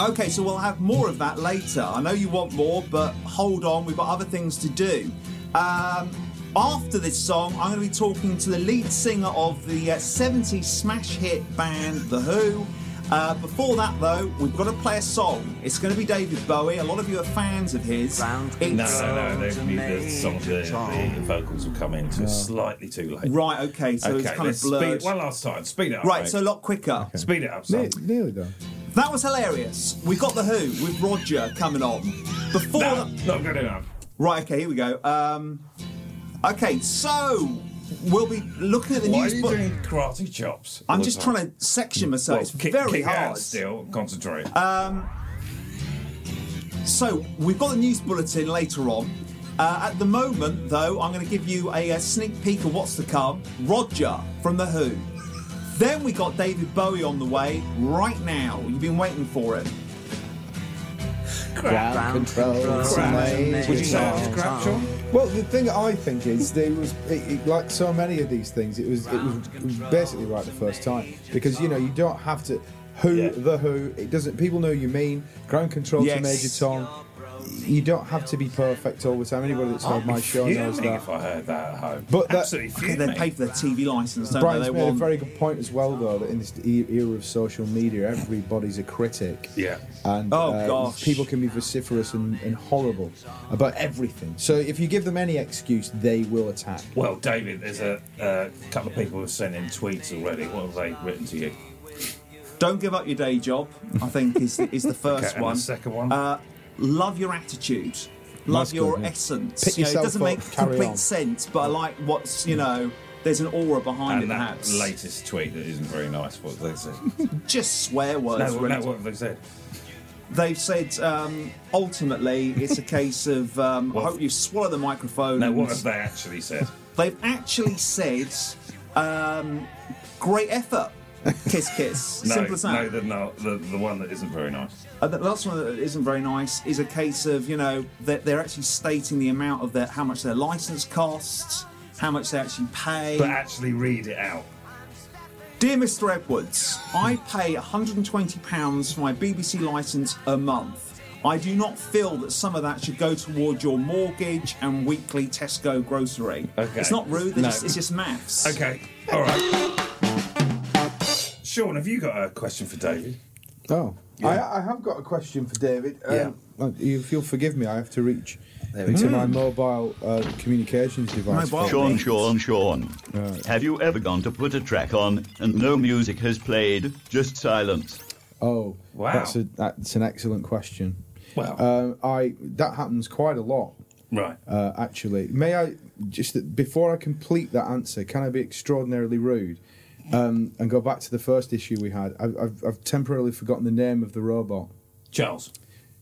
C: okay, so we'll have more of that later. I know you want more, but hold on, we've got other things to do. Um, after this song, I'm going to be talking to the lead singer of the uh, 70s smash hit band The Who. Uh, before that, though, we've got to play a song. It's going to be David Bowie. A lot of you are fans of his.
F: Round
B: No,
C: It's-
B: no, no. The, the songs, the, the vocals will come in so it's slightly too late.
C: Right, okay, so it's
B: okay,
C: kind of
B: let's
C: blurred.
B: speed one last time. Speed it up.
C: right,
B: mate.
C: so a lot quicker.
B: speed it up.
E: Ne-
B: Son.
E: nearly done.
C: That was hilarious. We got the Who with Roger coming on. Before
B: No,
C: the-
B: not good enough.
C: right, okay, here we go. Um, okay, so we'll be looking at the
B: Why are
C: news.
B: you
C: but
B: doing karate chops?
C: I'm just trying to section myself. it's very hard. Uh,
B: Still concentrate.
C: So we've got the news bulletin later on. Uh, at the moment, though, I'm going to give you a, uh sneak peek of what's to come. Roger from the Who. Then we got David Bowie on the way right now. You've been waiting for it.
E: Ground, control, to Major
B: Would you say
E: Tom.
B: that was crap, Sean?
E: Well, the thing I think is there was it, it, like so many of these things. It was it was basically right the first time because you know you don't have to who
B: Yeah.
E: the who. It doesn't. People know you mean ground control
C: Yes.
E: to Major Tom. You don't have to be perfect all the time. Anybody that's heard my show knows
B: Fuming if
E: that.
B: I heard that at home.
E: But that-
B: Absolutely
C: Okay,
B: fuming.
C: they pay for their TV license, don't they?
E: Brian's
C: They
E: made a
C: want-
E: very good point as well, though, that in this e- era of social media, everybody's a critic.
B: Yeah.
E: And
C: Oh,
E: uh,
C: gosh.
E: people can be vociferous and, and horrible about everything. So if you give them any excuse, they will attack.
B: Well, David, there's a uh, couple of people who have sent in tweets already. What have they written to you?
C: Don't give up your day job. I think is the, is the
B: [laughs]
C: first
B: Okay, and
C: one.
B: the second one?
C: Uh, love your attitude. Love
E: That's
C: your
E: good, yeah.
C: essence.
E: Pick
C: You know, it
E: yourself
C: doesn't
E: up,
C: make
E: carry
C: complete
E: on.
C: sense, but I like what's you know. There's an aura behind
B: Mm. and
C: it,
B: that
C: perhaps.
B: latest tweet that isn't very nice. What have they said?
C: Just swear words.
B: no,
C: really.
B: no, what have they said?
C: They've said um, ultimately it's a
B: [laughs]
C: case of um, I
B: What?
C: hope you swallow the microphone.
B: No,
C: and-
B: what have they actually said?
C: They've actually said um, great
B: [laughs]
C: effort. Kiss, kiss.
B: No,
C: Simple as that.
B: no, the, no, the, the one that isn't very nice.
C: Uh, the last one that isn't very nice is a case of you know that they're actually stating the amount of their how much their license costs, how much they actually pay.
B: But actually, read it out.
C: Dear Mr. Edwards, I pay 120 pounds for my BBC license a month. I do not feel that some of that should go toward your mortgage and weekly Tesco grocery.
B: Okay.
C: It's not rude.
B: No.
C: It's, just, it's just maths.
B: Okay, all right. Sean, have you got a question for David?
E: Oh, I, I have got a question for David. Um, you- If you'll forgive me, I have to reach into my mobile uh, communications device.
C: Mobile.
E: first.
D: Sean, Sean, Sean. Have you ever gone to put a track on and no music has played, just silence?
E: Oh,
B: Wow.
E: That's, a, that's an excellent question.
B: Wow.
E: um, I that happens quite a lot.
B: Right.
E: Uh, actually, may I just before I complete that answer, can I be extraordinarily rude um, and go back to the first issue we had? I've, I've, I've temporarily forgotten the name of the robot,
B: Charles.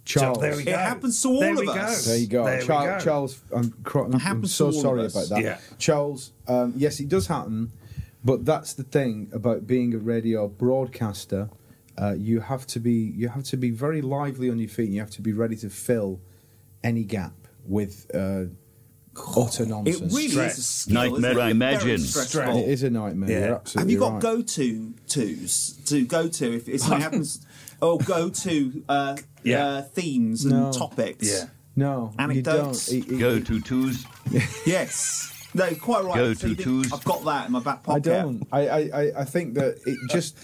E: Charles.
B: There we go.
C: It happens to all
B: There
C: of
B: we
C: us.
B: Go.
E: There you go.
B: There we
E: Charles,
B: go.
E: Charles I'm, cro- I'm, I'm
C: happens
E: so
C: to all
E: sorry
C: of us.
E: about that.
B: Yeah.
E: Charles, um, yes, it does happen, but that's the thing about being a radio broadcaster. Uh, you have to be you have to be very lively on your feet. And you have to be ready to fill any gap with uh, utter
C: It
E: nonsense.
C: really
B: Stress.
C: is a skill. isn't
D: Nightmare,
C: it?
D: I
C: Very
D: imagine.
C: stressful.
B: Stress.
E: It is a nightmare.
B: Yeah.
E: You're
C: Have
E: absolutely
C: you got
E: right.
C: go to twos to go to if, if something happens? Or go to uh,
B: Yeah.
C: uh, themes and
E: No.
C: topics.
B: Yeah.
E: No,
C: Anecdotes?
E: You don't. It- it-
D: Go to twos.
C: Yes. No, quite right.
D: Go
C: So
D: to
C: you did-
D: twos.
C: I've got that in my back
E: I
C: pocket.
E: don't. I, I, I- I think that it just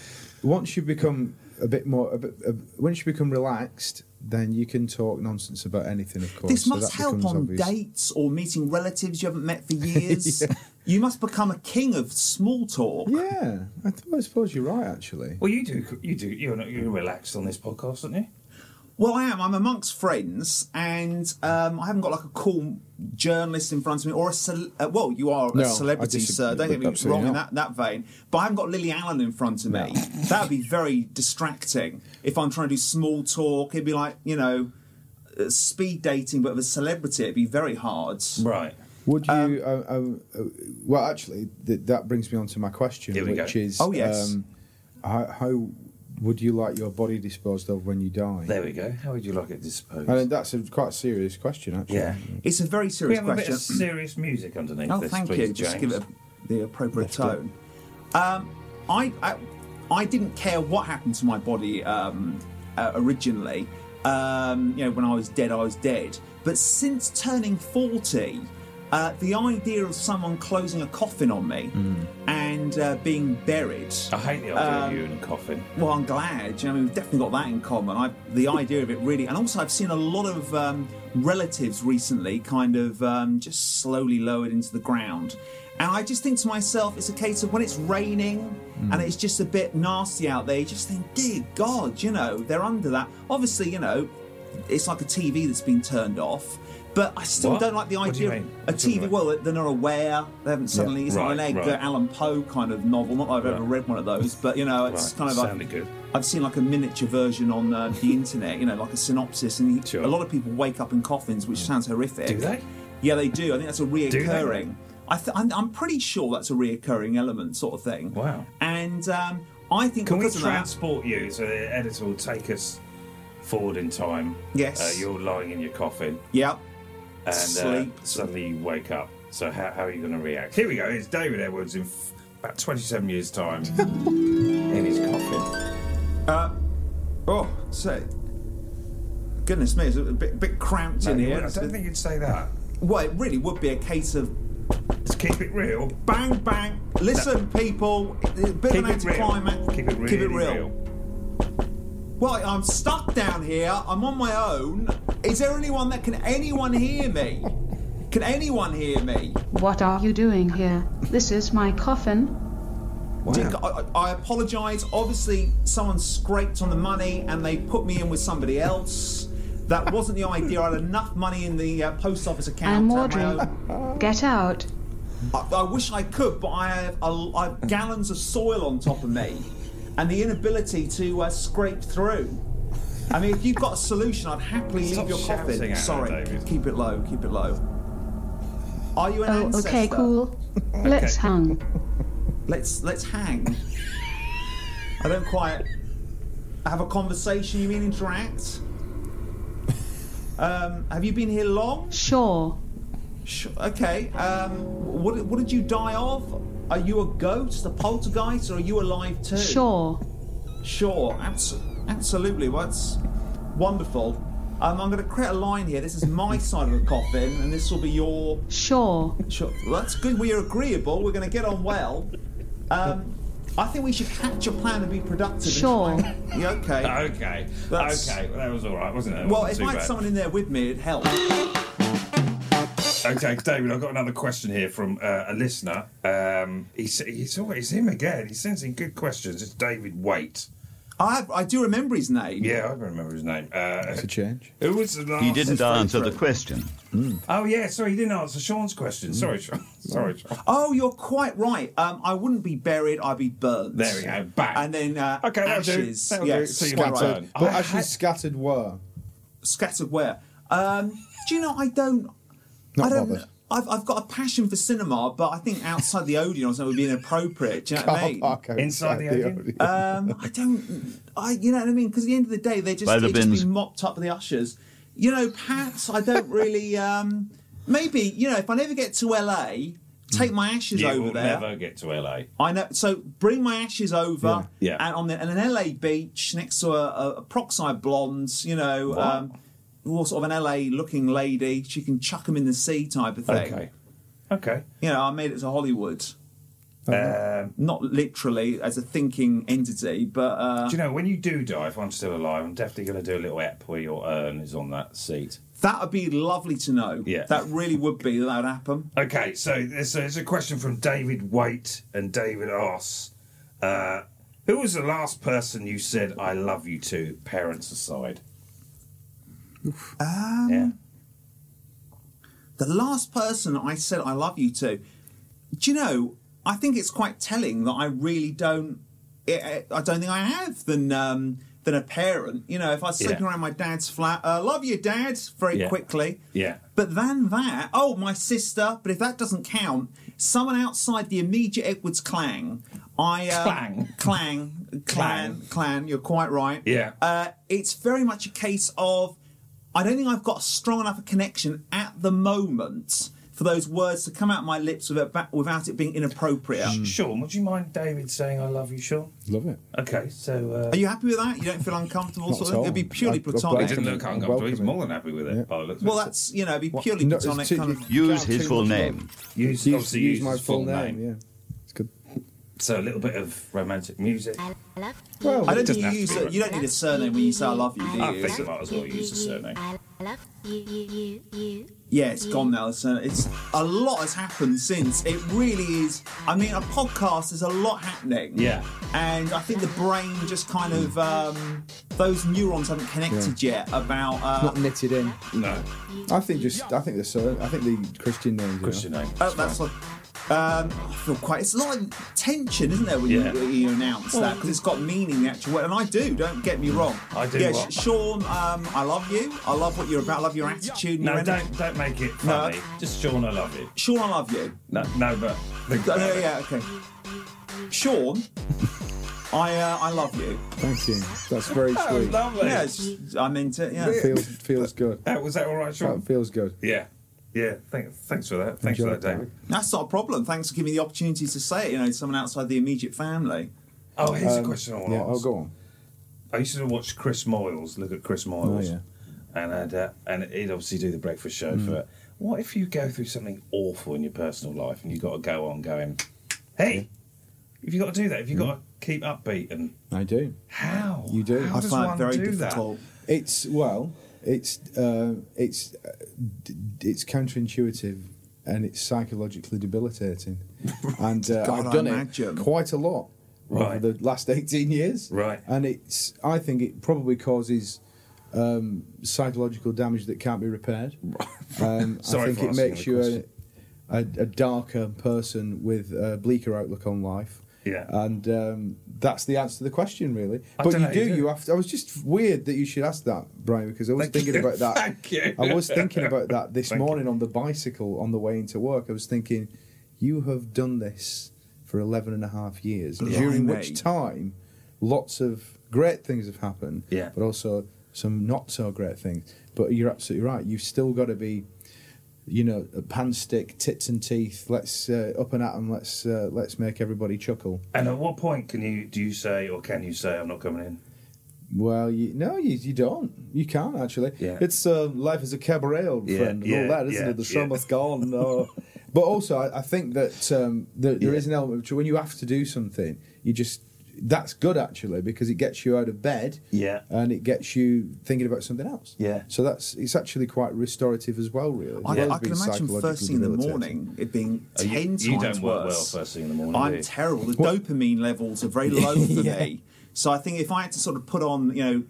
E: once you become a bit more, a bit, a, once you become relaxed, then you can talk nonsense about anything. Of course,
C: This
E: so
C: must
E: that
C: help
E: becomes
C: on
E: obvious. [laughs]
C: dates or meeting relatives you haven't met for years. You must become a king of small talk.
E: Yeah, I, th- I suppose you're right. Actually,
B: Well, you do. You do. You're not. You're relaxed on this podcast, aren't you?
C: Well, I am. I'm amongst friends, and um, I haven't got like a cool journalist in front of me or a cel- uh, well, you are a
E: No, I
C: celebrity,
E: disagree.
C: sir. Don't get me
E: Absolutely
C: wrong in
E: not.
C: that, that vein. But I haven't got Lily Allen in front of me. [laughs] that would be very distracting if I'm trying to do small talk. It'd be like you know, uh, speed dating, but with a celebrity, it'd be very hard.
B: Right.
E: would you?
C: Um,
E: uh, uh, uh, well, actually, th- that brings me on to my question,
B: Here we go.
E: which is, um,
C: Oh, yes.
E: how, how would you like your body disposed of when you die?
B: There we go. How would you like it disposed?
E: I mean, that's a quite serious question, actually.
B: yeah.
C: It's a very
B: We
C: serious
B: have a bit [laughs]
C: question.
B: of serious music underneath
C: Oh,
B: this,
C: thank
B: please,
C: you.
B: James.
C: Just give it a, the appropriate tone. Um, I, I, I didn't care what happened to my body um, uh, originally. Um, you know, when I was dead, I was dead. But since turning forty, uh, the idea of someone closing a coffin on me and uh, being buried.
B: Hmm. I hate the idea of you in a coffin.
C: Well, I'm glad. You know, we've definitely got that in common. I, the idea of it really, and also I've seen a lot of um, relatives recently, kind of um, just slowly lowered into the ground. And I just think to myself, it's a case of when it's raining
B: Hmm.
C: and it's just a bit nasty out there. You just think, dear God, you know, they're under that. Obviously, you know, it's like a TV that's been turned off. But I still
B: What?
C: don't like the
B: What do
C: idea
B: you
C: of
B: mean?
C: a
B: What do you
C: TV.
B: mean?
C: Well, they're not aware. They haven't suddenly. It's not
B: Right,
C: an egg.
B: right.
C: the Alan Poe kind of novel. Not that I've ever
B: Right.
C: read one of those, but you know, it's
B: Right,
C: kind of
B: sounded
C: like,
B: good.
C: I've seen like a miniature version on uh, the internet, you know, like a synopsis, and
B: Sure.
C: a lot of people wake up in coffins, which sounds horrific.
B: Do they?
C: Yeah, Mm. they do. I think that's a
B: they?
C: reoccurring. I th- I'm, I'm pretty sure that's a reoccurring element, sort of thing.
B: Wow.
C: And um, I think
B: Can we
C: because of that,
B: transport you so the editor will take us forward in time?
C: Yes.
B: Uh, you're lying in your coffin
C: yeah,
B: and
C: Sleep.
B: Uh, suddenly you wake up. So how, how are you going to react? Here we go. It's David Edwards in f- about 27 years'
C: [laughs]
B: time in his coffin.
C: Oh, so goodness me, it's a bit, bit cramped in
B: Yeah,
C: here.
B: I don't think you'd say that.
C: Well, it really would be a case of
B: Let's keep it real.
C: bang, bang. Listen, people, a bit
B: Keep
C: of an
B: it real.
C: anticlimax.
B: Keep it really real.
C: Well, I'm stuck down here. I'm on my own. Is there anyone that can anyone hear me? Can anyone hear me?
F: What are you doing here? This is my coffin.
C: Dick, I, I apologise. Obviously, someone scraped on the money and they put me in with somebody else. That wasn't the idea. I had enough money in the uh, post office account.
F: I'm
C: on my
F: Audrey.
C: own.
F: Get out.
C: I, I wish I could, but I have, a, I have gallons of soil on top of me and the inability to uh, scrape through. I mean, if you've got a solution, I'd happily
B: Stop
C: leave your
B: shouting at
C: coffin.
B: her,
C: Sorry,
B: David.
C: keep it low, keep it low. Are you an
F: Oh,
C: ancestor?
F: okay, cool. Let's
B: Okay.
F: hang.
C: Let's let's hang. I don't quite have a conversation. You mean interact? Um, have you been here long?
F: Sure.
C: Sh- Okay. Um, what, what did you die of? Are you a ghost, a poltergeist, or are you alive too?
F: Sure.
C: Sure. Abs- absolutely. Well, that's wonderful. Um, I'm going to create a line here. This is
F: [laughs]
C: my side of the coffin, and this will be your.
F: Sure.
C: Sure. Well, that's good. We're agreeable. We're going to get on well. Um, I think we should hatch a plan and be productive.
F: Sure.
C: And try- yeah, okay.
B: Okay.
C: That's-
B: Okay. Well, that was all right, wasn't it? It
C: well,
B: wasn't
C: if
B: too
C: I had
B: bad.
C: someone in there with me, it'd help.
B: Okay, David, I've got another question here from uh, a listener. Um, he's, he's always him again. He's sending good questions. It's David Waite.
C: I, have, I do remember his name.
B: Yeah, I don't remember his name. Uh,
E: It's a change.
B: who was the last?
D: He didn't answer the
B: question.
D: question.
B: Oh yeah, sorry, he didn't answer Sean's question. Sorry, Sean. [laughs] Sorry, Sean.
C: Oh, you're quite right. Um, I wouldn't be buried; I'd be burnt.
B: There we go. Bang.
C: And then uh,
B: Okay, that'll do.
C: ashes.
B: That'll
C: yeah,
B: do. So you're
C: scattered,
B: right.
E: But,
B: I
E: but actually,
B: had-
E: scattered were.
C: scattered where? Um, do you know? I don't.
E: Not
C: I don't.
E: bothered.
C: I've, I've got a passion for cinema, but I think outside the Odeon or something would be inappropriate. Do you know what
B: [laughs]
C: I
E: Car
C: mean?
E: park outside
B: Inside the Uh, Odeon?
E: Odeon.
C: Um, I don't. I, you know what I mean? Because at the end of the day, they just
D: By
C: they
D: the
C: just be
D: bins.
C: mopped up by the ushers. You know, perhaps I don't really. Um, maybe you know, if I never get to LA, take my ashes
B: Hmm. You
C: over
B: will
C: there.
B: never get to LA.
C: I know. So bring my ashes over,
B: Yeah. Yeah.
C: and on the, and an LA beach next to a, a, a peroxide blonde, you know, um, or sort of an LA looking lady. She can chuck them in the sea type of thing.
B: Okay. Okay.
C: You know, I made it to Hollywood,
B: Um,
C: not literally as a thinking entity, but uh,
B: do you know when you do die? If I'm still alive, I'm definitely going to do a little ep where your urn is on that seat.
C: That would be lovely to know.
B: Yeah.
C: That really would be. That would happen.
B: Okay, so there's a, there's a question from David Waite and David Oss. Uh, who was the last person you said "I love you" to, parents aside? Um, yeah,
C: The last person I said I love you to, do you know? I think it's quite telling that I really don't. I I don't think I have than um, than a parent. You know, if I was sleeping
B: Yeah.
C: around my dad's flat, uh, love you, dad, very
B: Yeah.
C: quickly.
B: Yeah.
C: But than that, oh, my sister. But if that doesn't count, someone outside the immediate Edwards clang, I uh,
B: Clang.
C: clang, clan, clan. You're quite right.
B: Yeah.
C: Uh, it's very much a case of I don't think I've got a strong enough a connection at the moment for those words to come out my lips without, without it being inappropriate.
B: Sean, would you mind David saying "I love you," Sean?
E: Love it.
B: Okay, so uh,
C: Are you happy with that? You don't feel uncomfortable?
E: Not
C: sort
E: at
C: of,
E: all.
C: it'd be purely
E: I've got
B: he
C: platonic.
E: black-
B: didn't look
E: I'm
B: uncomfortable. He's
E: welcoming.
B: more than happy with it. by the looks
C: Well,
B: of it.
C: that's you know, it'd be
E: What-
C: purely
E: No, it's
C: platonic.
E: too-
C: kind
E: [laughs]
C: of-
D: Use
E: Can't
D: his
E: too
D: full
E: much
D: name.
E: love.
B: Use-
E: Use,
B: obviously
E: use
B: use
E: my
B: his
E: full
B: full
E: name.
B: name.
E: Yeah, it's good.
B: so a little bit of romantic music.
E: Well,
C: I don't
B: It doesn't
C: think you
B: have to
C: use
B: be
C: a, you don't need a surname when you say I love you,
E: Ah,
C: do
B: I
C: you?
B: think I might as well use the surname.
C: Yeah, it's gone now. It's, uh, it's a lot has happened since. It really is. I mean, a podcast is a lot happening.
B: Yeah.
C: and I think the brain just kind of um, those neurons haven't connected yet about. Uh,
E: not knitted in.
B: No,
E: I think just I think the sur- I think the Christian names. you know.
B: Christian name.
C: oh, that's what. Um, I feel quite. It's a lot of tension, isn't there, when
B: Yeah.
C: you, you announce that because it's got meaning, the actual word. And I do. Don't get me wrong.
B: I do
C: Yeah,
B: what?
C: Sh- Sean. Um, I love you. I love what you're about. I love your attitude. and your
B: No,
C: energy.
B: don't don't make it funny. Just Sean, I love you.
C: Sean, I love you.
B: No, no, but think
C: Oh,
B: about
C: no,
B: it.
C: yeah, okay. Sean, I uh, I love you.
E: Thank you.
B: [laughs]
E: That's very
B: That was
E: sweet.
B: lovely.
C: Yeah, it's just, I meant it. Yeah.
E: Feels feels good.
B: That was that all right, Sean?
E: That feels good.
B: Yeah. Yeah. Thank, thanks for that. Thanks for
E: Enjoyed
B: that, David.
C: That's not a problem. Thanks for giving me the opportunity to say it. You know, to someone outside the immediate family.
B: Oh, here's a question I want
E: Yeah,
B: to
E: I'll
B: ask.
E: go on.
B: I used to watch Chris Moyles. Look at Chris Moyles. And I'd, uh, and he'd obviously do the breakfast show for. What if you go through something awful in your personal life and you got to go on going, hey, if you got to do that, if you got to keep upbeat and
E: I do.
B: how
E: You do.
B: How
E: I
B: does
C: find it
B: one
C: very
B: do
C: difficult.
E: It's well, it's uh, it's uh, d- d- it's counterintuitive and it's psychologically debilitating. And uh,
C: God,
E: I've done
C: I
E: it
C: imagine.
E: quite a lot
B: Right.
E: over the last eighteen years.
B: Right.
E: and it's I think it probably causes. Um, psychological damage that can't be repaired.
B: [laughs]
E: Um, I
B: Sorry
E: think
B: for
E: it
B: asking
E: makes
B: the
E: you a,
B: question.
E: a, a darker person with a bleaker outlook on life.
B: Yeah.
E: and um, that's the answer to the question, really.
B: I
E: but
B: don't
E: you
B: know,
E: do,
B: you do.
E: you have to. I was just weird that you should ask that, Brian, because I was
B: Thank
E: thinking
B: you.
E: about
B: [laughs]
E: that.
B: Thank you.
E: I was thinking about that this
B: Thank you.
E: morning on the bicycle on the way into work. I was thinking, you have done this for 11 and a half years, during
C: Blimey.
E: which time lots of great things have happened,
B: Yeah.
E: but also some not so great things. But you're absolutely right. You've still got to be. You know, a pan stick, tits and teeth. Let's uh, up and at 'em, Let's uh, let's make everybody chuckle.
B: And at what point can you do you say or can you say I'm not coming in?
E: Well, you, no, you, you don't. You can't actually.
B: Yeah.
E: It's uh, life is a cabaret, old
B: Yeah,
E: friend, and
B: yeah,
E: all that, isn't
B: yeah,
E: it? The show
B: yeah.
E: must go
B: [laughs]
E: on. or- but also, I, I think that um, that there is
B: Yeah.
E: an element which when you have to do something, you just that's good actually because it gets you out of bed.
B: Yeah.
E: and it gets you thinking about something else.
B: Yeah.
E: so that's it's actually quite restorative as well, really.
C: I,
E: It has
C: I can
E: been
C: imagine
E: psychologically
C: first thing in the
E: debilitating.
C: morning it being
B: Oh,
C: ten
B: you-
C: times
B: you don't work
C: worse.
B: well first thing in the morning,
C: I'm
B: do you?
C: terrible. The dopamine levels are
E: [laughs]
C: very low for me. So I think if I had to sort of put on, you know,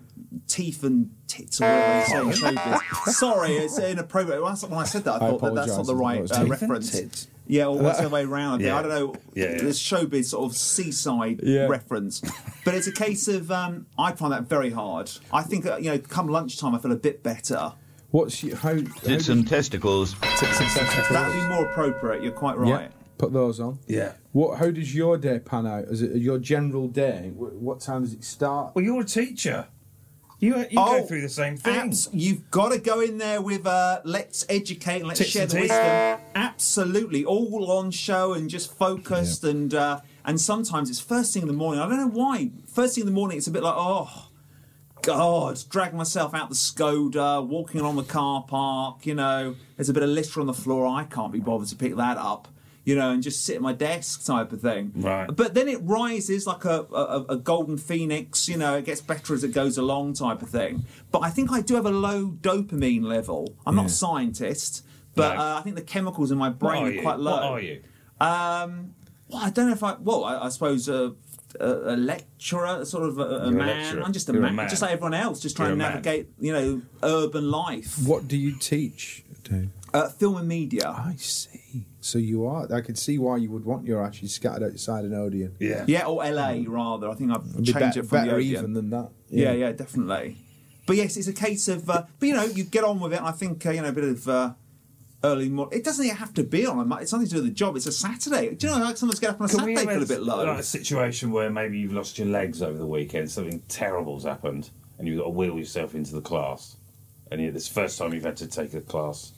C: teeth and tits or whatever they say in showbiz. Sorry, it's inappropriate. When I, when I said that, I
E: I
C: thought that that's not the
E: apologise.
C: right
E: It was
C: uh,
E: teeth and
C: reference.
B: tits.
C: Yeah, or what's the
E: [laughs]
C: other way around?
B: Yeah.
C: I don't know.
B: Yeah, yeah.
C: This showbiz sort of seaside
E: Yeah.
C: reference. But it's a case of um, I find that very hard. I think uh, you know, come lunchtime, I feel a bit better.
E: What's your, how? how
D: Did some testicles.
C: That would be more appropriate. You're quite right.
E: Yeah, put those on.
B: Yeah.
E: What? How does your day pan out? Is it your general day? What, what time does it start?
B: Well, you're a teacher. You, you go through the same thing.
C: abs- Oh, you've got to go in there with uh, let's educate and let's
B: Tits
C: share
B: and
C: the
B: teeth.
C: wisdom. Absolutely, all on show and just focused and uh, and sometimes it's first thing in the morning. I don't know why. First thing in the morning, it's a bit like oh. God, drag myself out the Skoda, walking along the car park, you know, there's a bit of litter on the floor. I can't be bothered to pick that up. you know, and just sit at my desk type of thing.
B: Right.
C: But then it rises like a, a, a golden phoenix, you know, it gets better as it goes along type of thing. But I think I do have a low dopamine level. I'm not a scientist, but
B: No.
C: uh, I think the chemicals in my
B: What
C: brain
B: are
C: are
B: you?
C: quite low.
B: What are you?
C: Um, well, I don't know if I. Well, I, I suppose a, a, a lecturer, sort of a, a
B: You're a
C: man.
B: lecturer.
C: I'm just a
B: You're a
C: man,
B: man.
C: just like everyone else, just trying
B: You're
C: to
B: a man.
C: navigate, you know, urban life,
E: What do you teach, Dave?
C: Uh, film and
B: Oh,
C: media.
E: I see. So you are. I could see why you would want your ashes scattered outside an Odeon.
B: Yeah.
C: Yeah, or LA rather. I think I've
E: It'd be
C: changed
E: bet-
C: it from the
E: better
C: Odeon.
E: even than that.
C: yeah. yeah, definitely. But yes, it's a case of. Uh, but you know, you get on with it. And I think uh, you know a bit of. Uh, Early morning. It doesn't even have to be on. a mo- It's nothing to do with the job. It's a Saturday. Do you know like sometimes get up on a
B: Can we
C: Saturday feel a
B: imagine,
C: bit low?
B: Like a situation where maybe you've lost your legs over the weekend, something terrible's happened, and you've got to wheel yourself into the class. And yeah, this is the first time you've had to take a class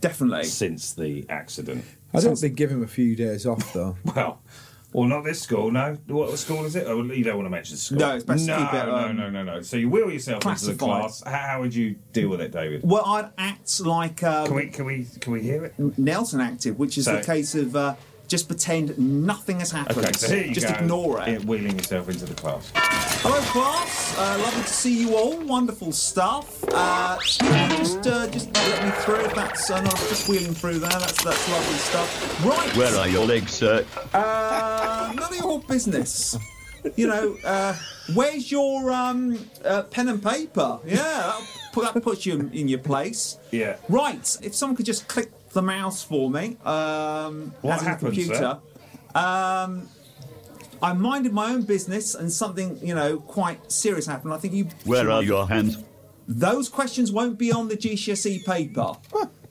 C: Definitely.
B: since the accident. [laughs]
E: I don't think give him a few days off though.
B: Well, well, not this school. No, what school is it? Oh, you don't want to mention the school.
C: No, it's best to
B: no,
C: keep it, um,
B: no, no, no, no. So you wheel yourself into the
C: classified.
B: class. How, how would you deal with it, David?
C: Well, I'd act like. Um,
B: Can we, can we, can we hear it?
C: Nelson active, which is
B: So-
C: the case of uh, just pretend nothing has happened.
B: Okay, so here you
C: just
B: go.
C: ignore it.
B: Yeah, Wheeling yourself into the class.
C: Hello, class. Uh, lovely to see you all. Wonderful stuff. Uh, just, uh, just let me through. if That's uh, not just wheeling through there. That's that's lovely stuff. Right.
D: Where are your legs, sir?
C: Uh, none of your business. You know, uh, where's your um, uh, pen and paper? Yeah, that'll put, that puts you in, in your place.
B: Yeah.
C: Right. If someone could just click the mouse for me, um,
B: What eh?
C: as in the
B: happened,
C: computer. Um, I minded my own business, and something you know quite serious happened. I think you.
D: Where are your hands?
C: Those questions won't be on the GCSE E paper.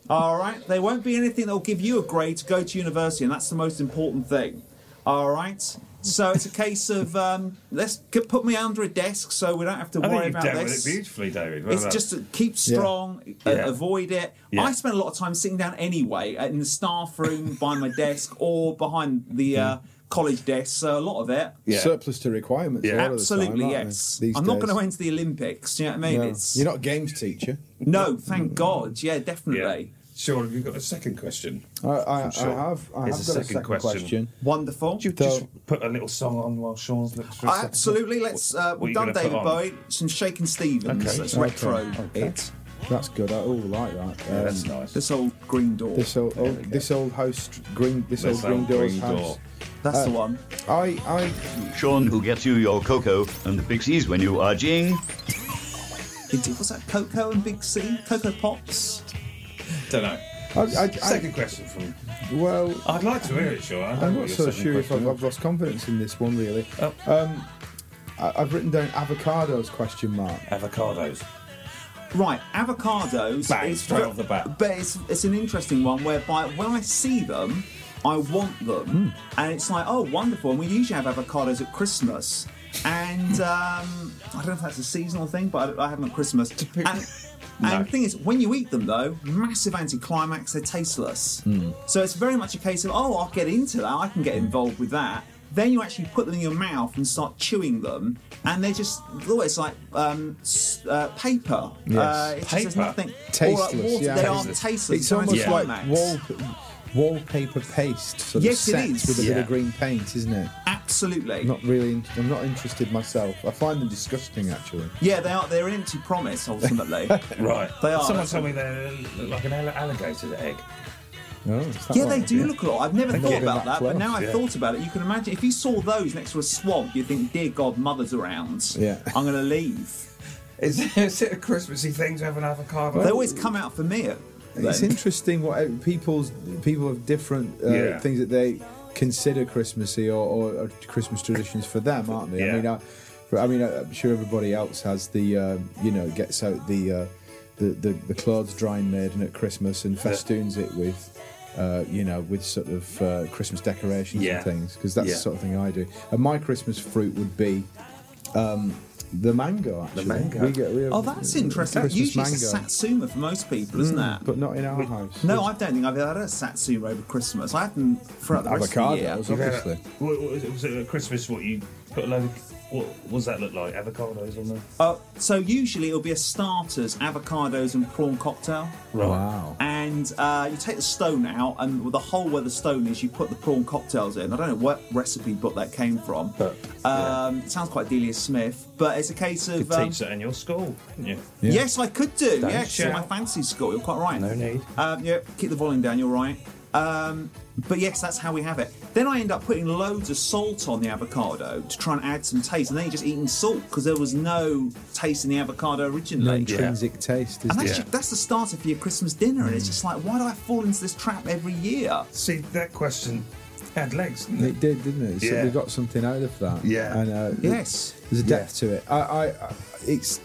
C: All right, they won't be anything that'll give you a grade to go to university, and that's the most important thing. All right, so it's a case of um, let's g- put me under a desk so we don't have to
B: I
C: worry
B: think you've
C: about
B: dealt
C: this.
B: with it beautifully, David. Well
C: it's
B: done.
C: just to keep strong, uh,
B: Yeah.
C: avoid it.
B: Yeah.
C: I spend a lot of time sitting down anyway uh, in the staff room by my desk or behind the uh, college desk. So a lot of it.
B: Yeah.
E: Surplus to requirements.
B: Yeah.
E: a lot of the
C: Absolutely,
E: time, aren't
C: yes.
E: they, these
C: I'm not going
E: days?
C: to enter the Olympics. Do you know what I mean?
E: No.
C: It's
E: You're not a games teacher.
C: no, thank God. Yeah,
B: yeah.
C: definitely.
B: Sean, have you got a second question?
E: I, I,
B: Sure.
E: I have. I have got
B: Here's
E: a
B: the
E: second, question.
C: Wonderful.
B: Do you
E: So-
B: just put a little song on while Sean's looks for a second?
C: Absolutely. Let's. Uh,
B: What- what
C: we've
B: are
C: done
B: you gonna
C: David
B: put on?
C: Bowie, some Shaking Stevens.
B: Okay.
C: Let's
B: Okay.
C: retro
E: Okay.
C: it.
E: That's good. I all like that.
B: Yeah,
E: Um,
B: that's nice.
C: This old green door.
E: This old, old this old house green this,
B: This
E: old green
B: old
E: doors
B: green
E: house. Uh,
C: That's the one.
E: I I
D: Sean, who gets you your cocoa and the pixies when you are jing.
C: It- What's that? Coco and Big C. Coco Pops.
B: Don't know.
E: I, I, I
B: second question from.
E: well
B: I'd like to hear it, Sean. I don't
E: I'm
B: know
E: not
B: your
E: so
B: second
E: sure if
B: question
E: I've,
B: is.
E: I've lost confidence in this one really.
B: Oh.
E: Um, I, I've written down avocados question mark.
B: Avocados.
C: Right, avocados.
B: Bang,
C: is-
B: straight off the bat.
C: But it's, it's an interesting one whereby when I see them, I want
B: Hmm.
C: them. And it's like, oh, wonderful. And we usually have avocados at Christmas. And um, I don't know if that's a seasonal thing, but I, I have them
B: [laughs]
C: at Christmas. And, and the thing is, when you eat them, though, massive anticlimax, they're tasteless.
B: Hmm.
C: So it's very much a case of, oh, I'll get into that, I can get involved with that. Then you actually put them in your mouth and start chewing them, and they're just, oh, it's like um, s- uh, paper. Uh, it's just, there's
B: Paper.
C: nothing.
E: Tasteless,
C: Or like water,
E: yeah.
C: They
B: Tasteless.
C: are tasteless.
E: It's almost
B: Yeah.
E: like
C: anticlimax.
E: wall, wallpaper paste sort
C: Yes, it
E: of set
C: is.
E: with a bit
B: Yeah.
E: of green paint, isn't it?
C: Absolutely.
E: Not really. in- I'm not interested myself. I find them disgusting actually.
C: Yeah, they are. They're an empty promise
E: [laughs]
C: ultimately.
B: Right.
C: They are.
B: Someone told me they're uh, like an all- alligator egg.
E: Oh, is that
C: yeah,
E: right?
C: they do look a lot. I've never
E: They've
C: thought
E: got
C: about
E: that
C: that, but now
E: close,
C: I've
B: yeah.
C: thought about it. You can imagine if you saw those next to a swamp, you'd think, "Dear God, mother's around.
E: Yeah.
C: I'm going to leave."
B: Is, [laughs] is it a Christmassy thing to have an avocado?
C: They always come out for me. then.
E: It's interesting what uh, people's people have different uh,
B: Yeah.
E: things that they consider Christmassy or, or, or Christmas traditions for them, aren't they?
B: Yeah.
E: I mean, I, for- I mean, I- I'm sure everybody else has the um, you know gets out the, uh, the the the clothes drying maiden at Christmas and festoons it with. Uh, you know, with sort of uh, Christmas decorations
B: Yeah.
E: and things, because that's
B: Yeah.
E: the sort of thing I do. And my Christmas fruit would be um, the mango. Actually,
B: mango.
E: We get, we have
C: Oh, that's
E: uh,
C: interesting.
E: Christmas
C: Usually
E: mango, Mm,
C: it's a satsuma for most people, isn't it?
E: but not in our house.
C: no, I don't think I've ever had a satsuma over Christmas. I haven't throughout the rest of the year.
E: avocados,
B: You've had
E: obviously.
B: a- what- what- was it at Christmas what you put a load of What, what does that look like? Avocados on there?
C: Uh, so usually it'll be a starters, avocados and prawn cocktail.
B: Right.
C: And uh, you take the stone out, and with the hole where the stone is, you put the prawn cocktails in. I don't know what recipe book that came from.
B: But, yeah.
C: um, it sounds quite Delia Smith, but it's a case of.
B: Could
C: um,
B: teach that in your school. couldn't you?
C: Yes, I could do.
B: Don't
C: yes, in my
B: shout.
C: fancy school. You're quite right.
B: No need.
C: Um, yep, keep the volume down. You're right. Um, but yes, that's how we have it. Then I end up putting loads of salt on the avocado to try and add some taste, and then you're just eating salt because there was no taste in the avocado
E: No
C: originally.
E: intrinsic taste. Is
C: And that's,
E: there?
C: your- that's the starter for your Christmas dinner, and it's just like, why do I fall into this trap every year?
B: See, that question had legs. didn't it?
E: It did, didn't it? So
B: Yeah.
E: we got something out of that.
B: Yeah.
E: And uh,
C: Yes.
E: there's a depth to it. I, I, I it's,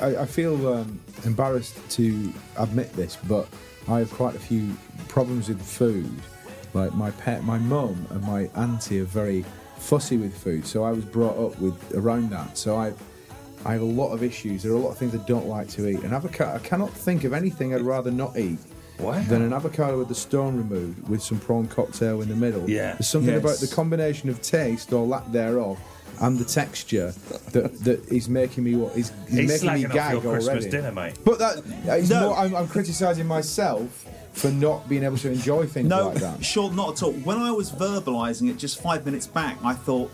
E: I, I feel um, embarrassed to admit this, but I have quite a few problems with food. Like my pet, my mum and my auntie are very fussy with food, so I was brought up with around that. So I, I have a lot of issues. There are a lot of things I don't like to eat, and avocado. I cannot think of anything I'd rather not eat.
B: Wow.
E: Than an avocado with the stone removed, with some prawn cocktail in the middle.
B: Yeah.
E: There's something
C: Yes.
E: about the combination of taste or lack thereof and the texture that, that is making me what is, is
B: He's
E: making me
B: slagging off
E: gag
B: your Christmas
E: already.
B: dinner, mate.
E: But that it's
C: No.
E: more, I'm, I'm criticising myself for not being able to enjoy things
C: No,
E: like that.
C: sure, not at all. When I was verbalising it just five minutes back, I thought,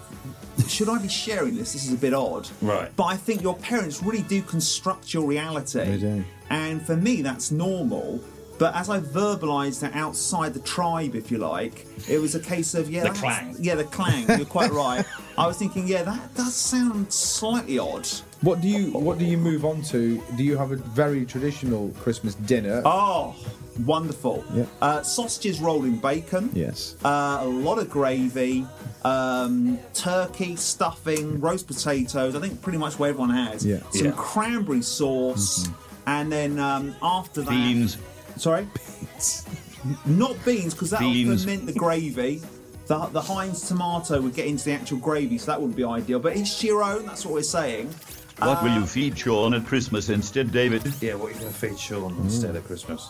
C: should I be sharing this? This is a bit odd.
B: Right.
C: But I think your parents really do construct your reality.
E: They do.
C: And for me, that's normal. But as I verbalised it outside the tribe, if you like, it was a case of, yeah,
B: The
C: that's-
B: clang.
C: Yeah, the clang. You're quite right. I was thinking, yeah, that does sound slightly odd.
E: What do you What do you move on to? Do you have a very traditional Christmas dinner?
C: Oh, wonderful.
E: Yeah.
C: Uh, sausages rolled in bacon.
E: Yes.
C: Uh, a lot of gravy, um, turkey, stuffing, roast potatoes. I think pretty much what everyone has.
E: Yeah.
C: Some
B: Yeah.
C: cranberry sauce. And then um, after that.
D: Beans.
C: Sorry? Not beans, because that will
D: Beans.
C: ferment the gravy. The, the Heinz tomato would get into the actual gravy, so that wouldn't be ideal. But each to your own, that's what we're saying.
D: What will you feed Sean at Christmas instead, David?
B: Yeah, what are you going to feed Sean instead of Christmas?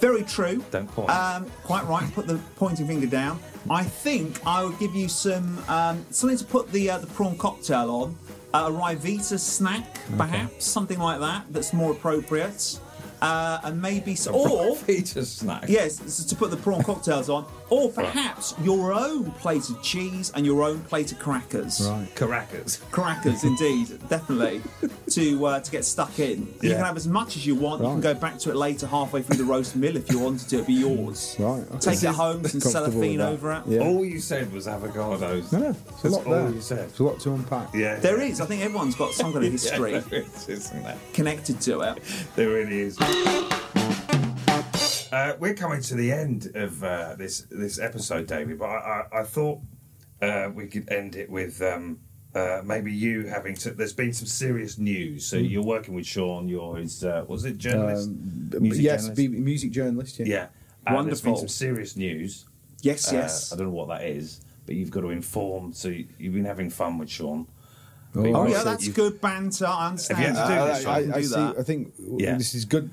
C: Very true.
B: Don't point.
C: Um, quite right. Put the pointing finger down. I think I would give you some um, something to put the uh, the prawn cocktail on. A Rivita snack, perhaps something like that. That's more appropriate. Uh, and maybe s- or
B: Peter's snack.
C: yes, s- to put the prawn cocktails on, or perhaps your own plate of cheese and your own plate of crackers.
E: Right.
B: Caracas.
E: [laughs]
C: Crackers, indeed, definitely to uh, to get stuck in. You
B: Yeah.
C: can have as much as you want. You can
E: Right.
C: go back to it later, halfway through the roast meal, if you wanted to. It'd be yours.
E: Right, okay.
C: Take it home, some
E: Comfortable with
C: cellophane
E: that.
C: over it. Oh.
E: Yeah.
B: All you said was avocados.
E: No, no, it's a
B: That's
E: lot
B: all
E: there.
B: you said.
E: It's a lot to unpack.
B: Yeah.
C: There is. I think everyone's got some kind of
B: [laughs]
C: history
B: Yeah, there is, isn't there?
C: connected to it.
B: There really is. Uh, we're coming to the end of uh, this this episode, David. But I, I, I thought uh, we could end it with um, uh, maybe you having. To, there's been some serious news. So
C: Hmm.
B: you're working with Sean. You're his uh, was it journalist?
E: But
B: Music
E: Um, yes,
B: journalist?
E: be music journalist. Yeah.
B: yeah. And there's been
C: Um, Wonderful.
B: some serious news.
C: Yes,
B: Uh,
C: yes.
B: I don't know what that is, but you've got to inform. So you, you've been having fun with Sean.
C: Oh
E: Right,
C: yeah,
E: so
C: that's
B: you've-
C: good banter. I understand. Uh,
B: Have you had to do
C: that.
B: this,
E: Uh, I, I,
C: can
E: I
C: do
E: see.
C: that.
E: I think w-
B: Yeah.
E: this is good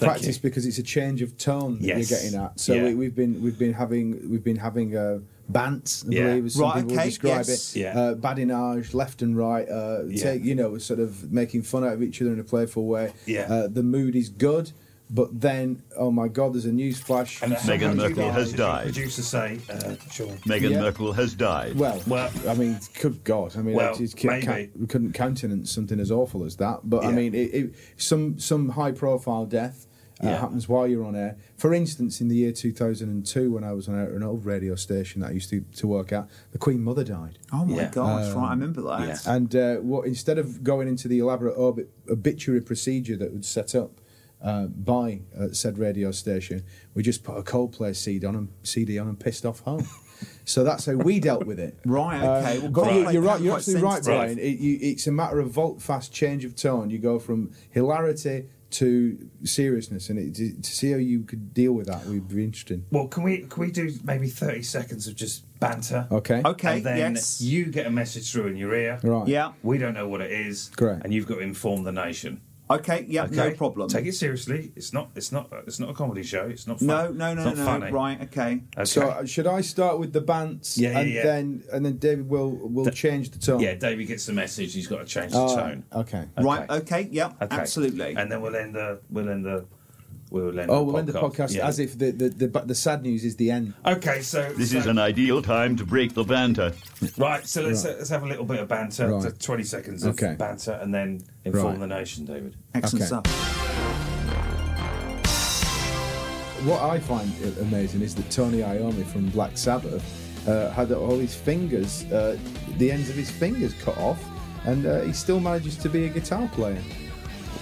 E: practice
B: you.
E: because it's a change of tone that
B: Yes.
E: you're getting at. So
B: Yeah.
E: we, we've been we've been having we've been having uh, bants, I
B: Yeah.
E: believe, as some
C: Right,
E: people
C: okay,
E: would describe
C: yes.
E: it.
B: Yeah.
E: Uh, badinage, left and right. Uh,
B: Yeah.
E: Take you know, sort of making fun out of each other in a playful way.
B: Yeah.
E: Uh, the mood is good, but then oh my god, there's a news flash.
B: And that's
D: Meghan
B: something
D: Merkel
B: you-
D: has
B: did
D: died.
B: The producer say, uh, Sean.
D: Meghan
E: Yeah.
D: Merkel has died.
E: Well,
B: Well-
E: I mean, good God! I mean,
B: Well,
E: I just can't,
B: maybe.
E: we couldn't countenance something as awful as that. But I
B: Yeah.
E: mean, it, it, some some high profile death uh,
B: Yeah.
E: happens while you're on air. For instance, in the year 2002, when I was on air at an old radio station that I used to, to work at, the Queen Mother died.
C: Oh my
B: Yeah.
C: gosh, right? I remember that.
B: yeah.
E: And Um, uh, what instead of going into the elaborate obit- obituary procedure that was set up uh, by uh, said radio station, we just put a Coldplay CD on and CD on and pissed off
B: [laughs]
E: home. so that's how we dealt with it.
C: Right, okay. Well,
E: Um, but
C: Coldplay
E: uh, you, you're
C: can
E: right.
C: be
E: You're
C: quite
E: absolutely right,
C: sensitive.
E: Brian. It, you, it's a matter of volt fast change of tone. You go from hilarity to seriousness, and it, to, to see how you could deal with that would be interesting.
B: Well, can we can we do maybe thirty seconds of just banter?
E: Okay.
C: Okay,
B: And then
C: yes.
B: you get a message through in your ear.
E: Right.
C: Yeah.
B: We don't know what it is.
E: Correct.
B: And you've got to inform the nation.
C: Okay, yeah, no problem.
B: Take it seriously. It's not. It's not. It's not a comedy show. It's not. Fun.
C: No, no, no,
B: it's not
C: no,
B: Funny.
C: Right, okay.
B: Okay.
E: So uh, should I start with the bants?
B: Yeah, yeah,
E: and
B: yeah.
E: then and then David will will change the tone.
B: yeah, David gets the message. He's got to change the
E: All right,
B: tone. Uh,
E: Okay.
C: Right, okay, yeah,
B: Okay.
C: absolutely.
B: And then we'll end the. We'll end the. We'll end.
E: Oh,
B: the
E: we'll end the podcast
B: Yeah.
E: as if the the, the but the sad news is the end.
B: Okay, so
D: This
B: so-
D: is an ideal time to break the banter.
B: right. So let's let's have a little bit of banter.
E: Right.
B: t- Twenty seconds of
E: Okay.
B: banter, and then inform
E: Right.
B: the nation, David.
C: Excellent
E: okay.
C: stuff.
E: What I find i- amazing is that Tony Iommi from Black Sabbath uh, had all his fingers, uh, the ends of his fingers cut off, and uh, he still manages to be a guitar player.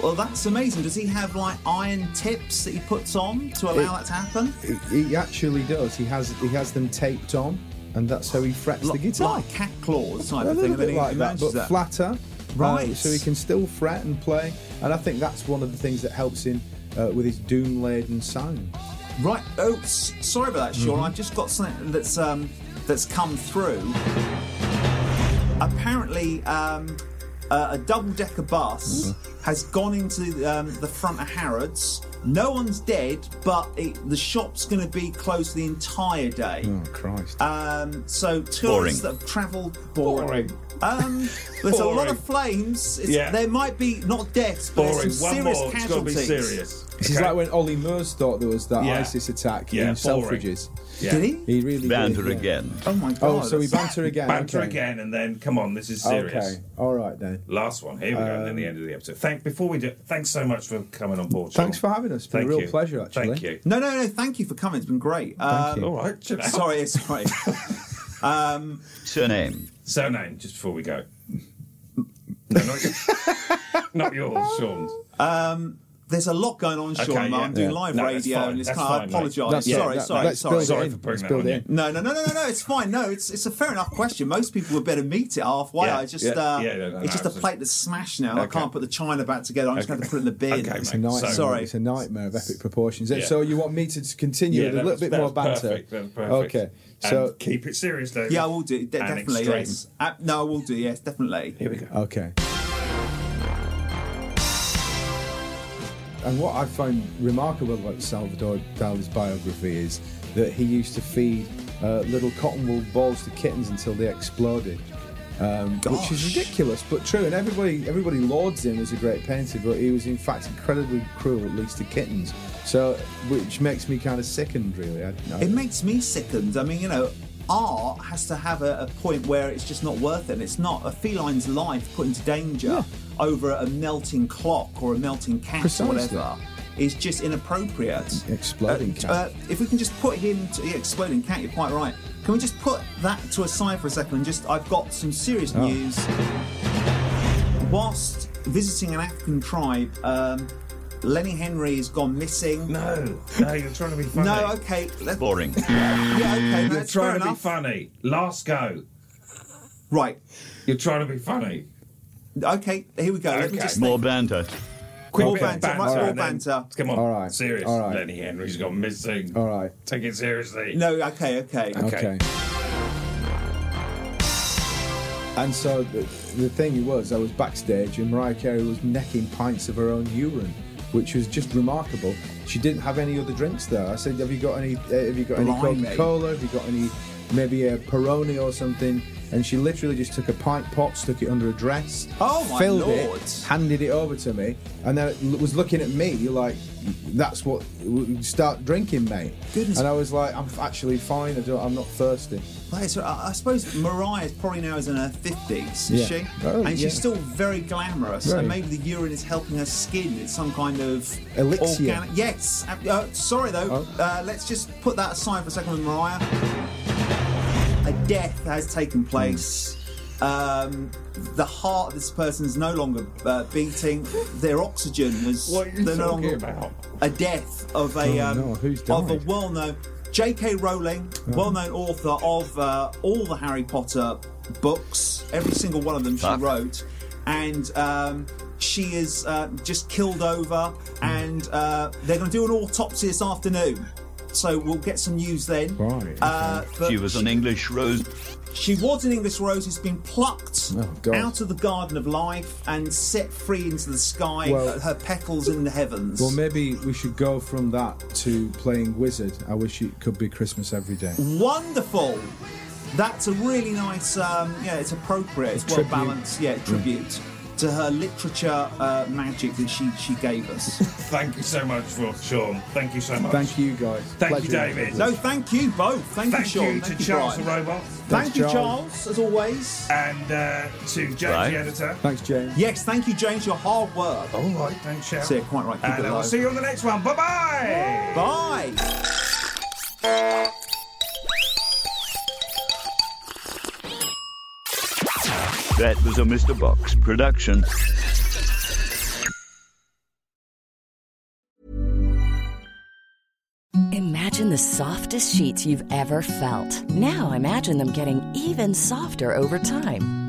C: Well, that's amazing. Does he have like iron tips that he puts on to allow that to happen?
E: He, he actually does. He has he has them taped on, and that's how he frets the
C: Like-
E: guitar.
C: Like cat claws type
E: a
C: of thing.
E: little
C: and then
E: bit
C: he
E: like that,
C: manages
E: but flatter.
C: Right.
E: uh, so he can still fret and play, and I think that's one of the things that helps him uh, with his doom-laden sound.
C: Right. Oh, s- sorry about that, Sean.
E: Mm-hmm.
C: I've just got something that's um, that's come through. Apparently, um, uh, a double-decker bus
E: Mm-hmm.
C: has gone into um, the front of Harrods. No one's dead, but it, the shop's going to be closed the entire day.
E: Oh Christ!
C: Um, so tourists
D: Boring.
C: that have travelled
B: Boring.
C: Um, there's a lot
B: Boring.
C: of flames. It's,
B: Yeah.
C: There might be not deaths, but
B: Boring.
C: there's some
B: One
C: serious
B: more. It's got to be
C: casualties.
B: serious.
E: this is
B: Okay.
E: like when Ollie Murs thought there was that
B: Yeah.
E: ISIS attack
B: Yeah,
E: in
B: boring.
E: Selfridges.
B: Yeah.
C: Did he?
E: He really
D: Banter
E: did, yeah.
D: again.
C: Oh my god!
E: Oh, so we
C: that's-
E: banter again.
B: banter
E: okay.
B: again, and then come on. This is serious.
E: Okay, Um, all right then.
B: Last one. Here we go. And then the end of the episode. Thank. Before we do, thanks so much for coming on board. Sean.
E: Thanks for having us. It's been
B: Thank
E: a real
B: you.
E: pleasure, actually.
B: Thank you.
C: No, no, no. Thank you for coming. It's been great.
E: you.
C: Um,
B: All right. chill out.
C: [laughs] sorry, sorry.
B: [laughs]
D: Surname.
B: Surname, just before we go. No, not,
E: [laughs]
B: your- not yours, Sean's.
C: There's a lot going on, Sean.
B: Okay,
C: I'm
B: yeah.
C: doing
E: Yeah.
C: live
B: No, that's
C: radio,
B: fine.
C: and it's
B: That's
C: kind of, I
B: fine, mate.
C: apologise.
E: That's
C: sorry,
E: that-
C: sorry,
E: let's
C: sorry.
E: build it
B: Sorry
E: in.
B: for putting
E: Let's
B: that
E: build
B: on
E: it
B: you.
E: in.
C: No, no, no, no, no, no. It's fine. No, it's it's a fair enough question. Most people would better meet it halfway.
B: Yeah.
C: I just
B: Yeah.
C: uh,
B: Yeah, no, no, no,
C: it's just a
B: absolutely.
C: plate that's smashed now. I
B: Okay.
C: can't put the china back together. I'm just going to have to put it in the bin.
B: Okay,
E: It's a nightmare.
C: Sorry.
E: It's a nightmare of epic proportions. So you want me to continue
B: Yeah,
E: with a
B: that
E: little
B: was-
E: bit
B: that
E: more
B: was
E: banter?
B: perfect, that was perfect.
E: Okay.
B: And
E: So
B: keep it serious, David.
C: Yeah, I will do. De-
B: And
C: definitely,
B: extreme.
C: yes. Uh, no, I will do. Yes, definitely.
B: Here we go.
E: Okay. And what I find remarkable about Salvador Dali's biography is that he used to feed uh, little cotton wool balls to kittens until they exploded, um, which is
C: Gosh.
E: ridiculous but true. And everybody everybody lauds him as a great painter, but he was in fact incredibly cruel, at least to kittens. So, which makes me kind of sickened, really. I, I,
C: It makes me sickened. I mean, you know, art has to have a, a point where it's just not worth it. And it's not a feline's life put into danger over a melting clock or a melting cat
E: Precisely.
C: or whatever. Is just inappropriate.
E: Exploding cat.
C: Uh, if we can just put him to yeah, exploding cat, you're quite right. Can we just put that to a side for a second and just I've got some serious
B: Oh.
C: news. Whilst visiting an African tribe, um, Lenny Henry has gone missing.
B: No, no, you're trying to be funny.
C: No, okay. Let,
D: Boring.
C: yeah, okay.
B: You're
C: that's fair
B: trying to
C: enough.
B: be funny. Last go.
C: Right.
B: You're trying to be funny.
C: Okay, here we go. Let me
B: Okay.
C: just
D: More banter.
B: Quick
C: More
B: bit of
C: banter, right, more
B: and then-
C: banter.
B: Come on.
E: All right,
B: Serious.
E: all right.
B: Lenny Henry's gone missing.
E: all right.
B: Take it seriously.
C: No, okay, okay.
E: Okay. And so the, the thing was, I was backstage and Mariah Carey was necking pints of her own urine, which was just remarkable. She didn't have any other drinks there. I said, "Have you got any? Uh, have you got any
C: Blimey.
E: Coca Cola? Have you got any? Maybe a Peroni or something?" And she literally just took a pint pot, stuck it under a dress,
C: Oh, my
E: filled
C: Lord.
E: it, handed it over to me, and then it l- was looking at me like, "That's what start drinking, mate."
C: Goodness.
E: And I was like, "I'm actually fine. I don't, I'm not thirsty."
C: Right, so I I suppose Mariah's probably now is in her 50s, is
E: Yeah.
C: she?
E: Oh,
C: and
E: yeah.
C: she's still very glamorous,
E: Right.
C: and maybe the urine is helping her skin. It's some kind of
E: Elixir.
C: Organic. Yes. Uh, uh, sorry, though.
E: Oh.
C: Uh, let's just put that aside for a second with Mariah. A death has taken
E: Hmm.
C: place. Um, the heart of this person is no longer uh, beating. Their oxygen is.
B: What are you
C: they're no
B: talking
C: longer-
B: about?
C: a death of a
E: Oh,
C: um,
E: no, who's
C: of a
E: died?
C: well-known J.K. Rowling, well-known author of uh, all the Harry Potter books, every single one of them she
D: Fuck.
C: wrote, and um, she is uh, just killed over,
E: Hmm.
C: and uh, they're going to do an autopsy this afternoon. So we'll get some news then.
E: Right,
C: Uh, but
D: She was an English rose.
C: She was an English rose who's been plucked
E: Oh, God.
C: out of the garden of life and set free into the sky,
E: Well-
C: her petals in the heavens.
E: Well, maybe we should go from that to playing Wizard. I wish it could be Christmas every day.
C: Wonderful! That's a really nice, um, yeah, it's appropriate, it's well
E: Tribute.
C: balanced, yeah, tribute to her literature uh, magic that she, she gave
E: [laughs]
C: us.
B: Thank you so much, for Sean. Thank you so much.
E: Thank you, guys.
B: Thank you,
E: having
B: David.
E: you.
C: no, thank you both. Thank,
B: Thank
C: you, Sean.
B: you to
C: thank
B: Charles the
C: Brian.
B: Robot
C: Thank
E: Thanks,
C: you,
E: Charles.
C: Charles, as always.
B: and uh, to James
D: Right.
B: the editor.
E: Thanks, James.
C: Yes, thank you, James, your hard work.
B: All right, thanks, Sharon.
C: So, yeah, quite right, keep
B: And
C: it
B: I
C: low.
B: will see you on the next one. Bye bye.
C: Bye!
D: That was a Mr. Box production.
G: Imagine the softest sheets you've ever felt. Now imagine them getting even softer over time.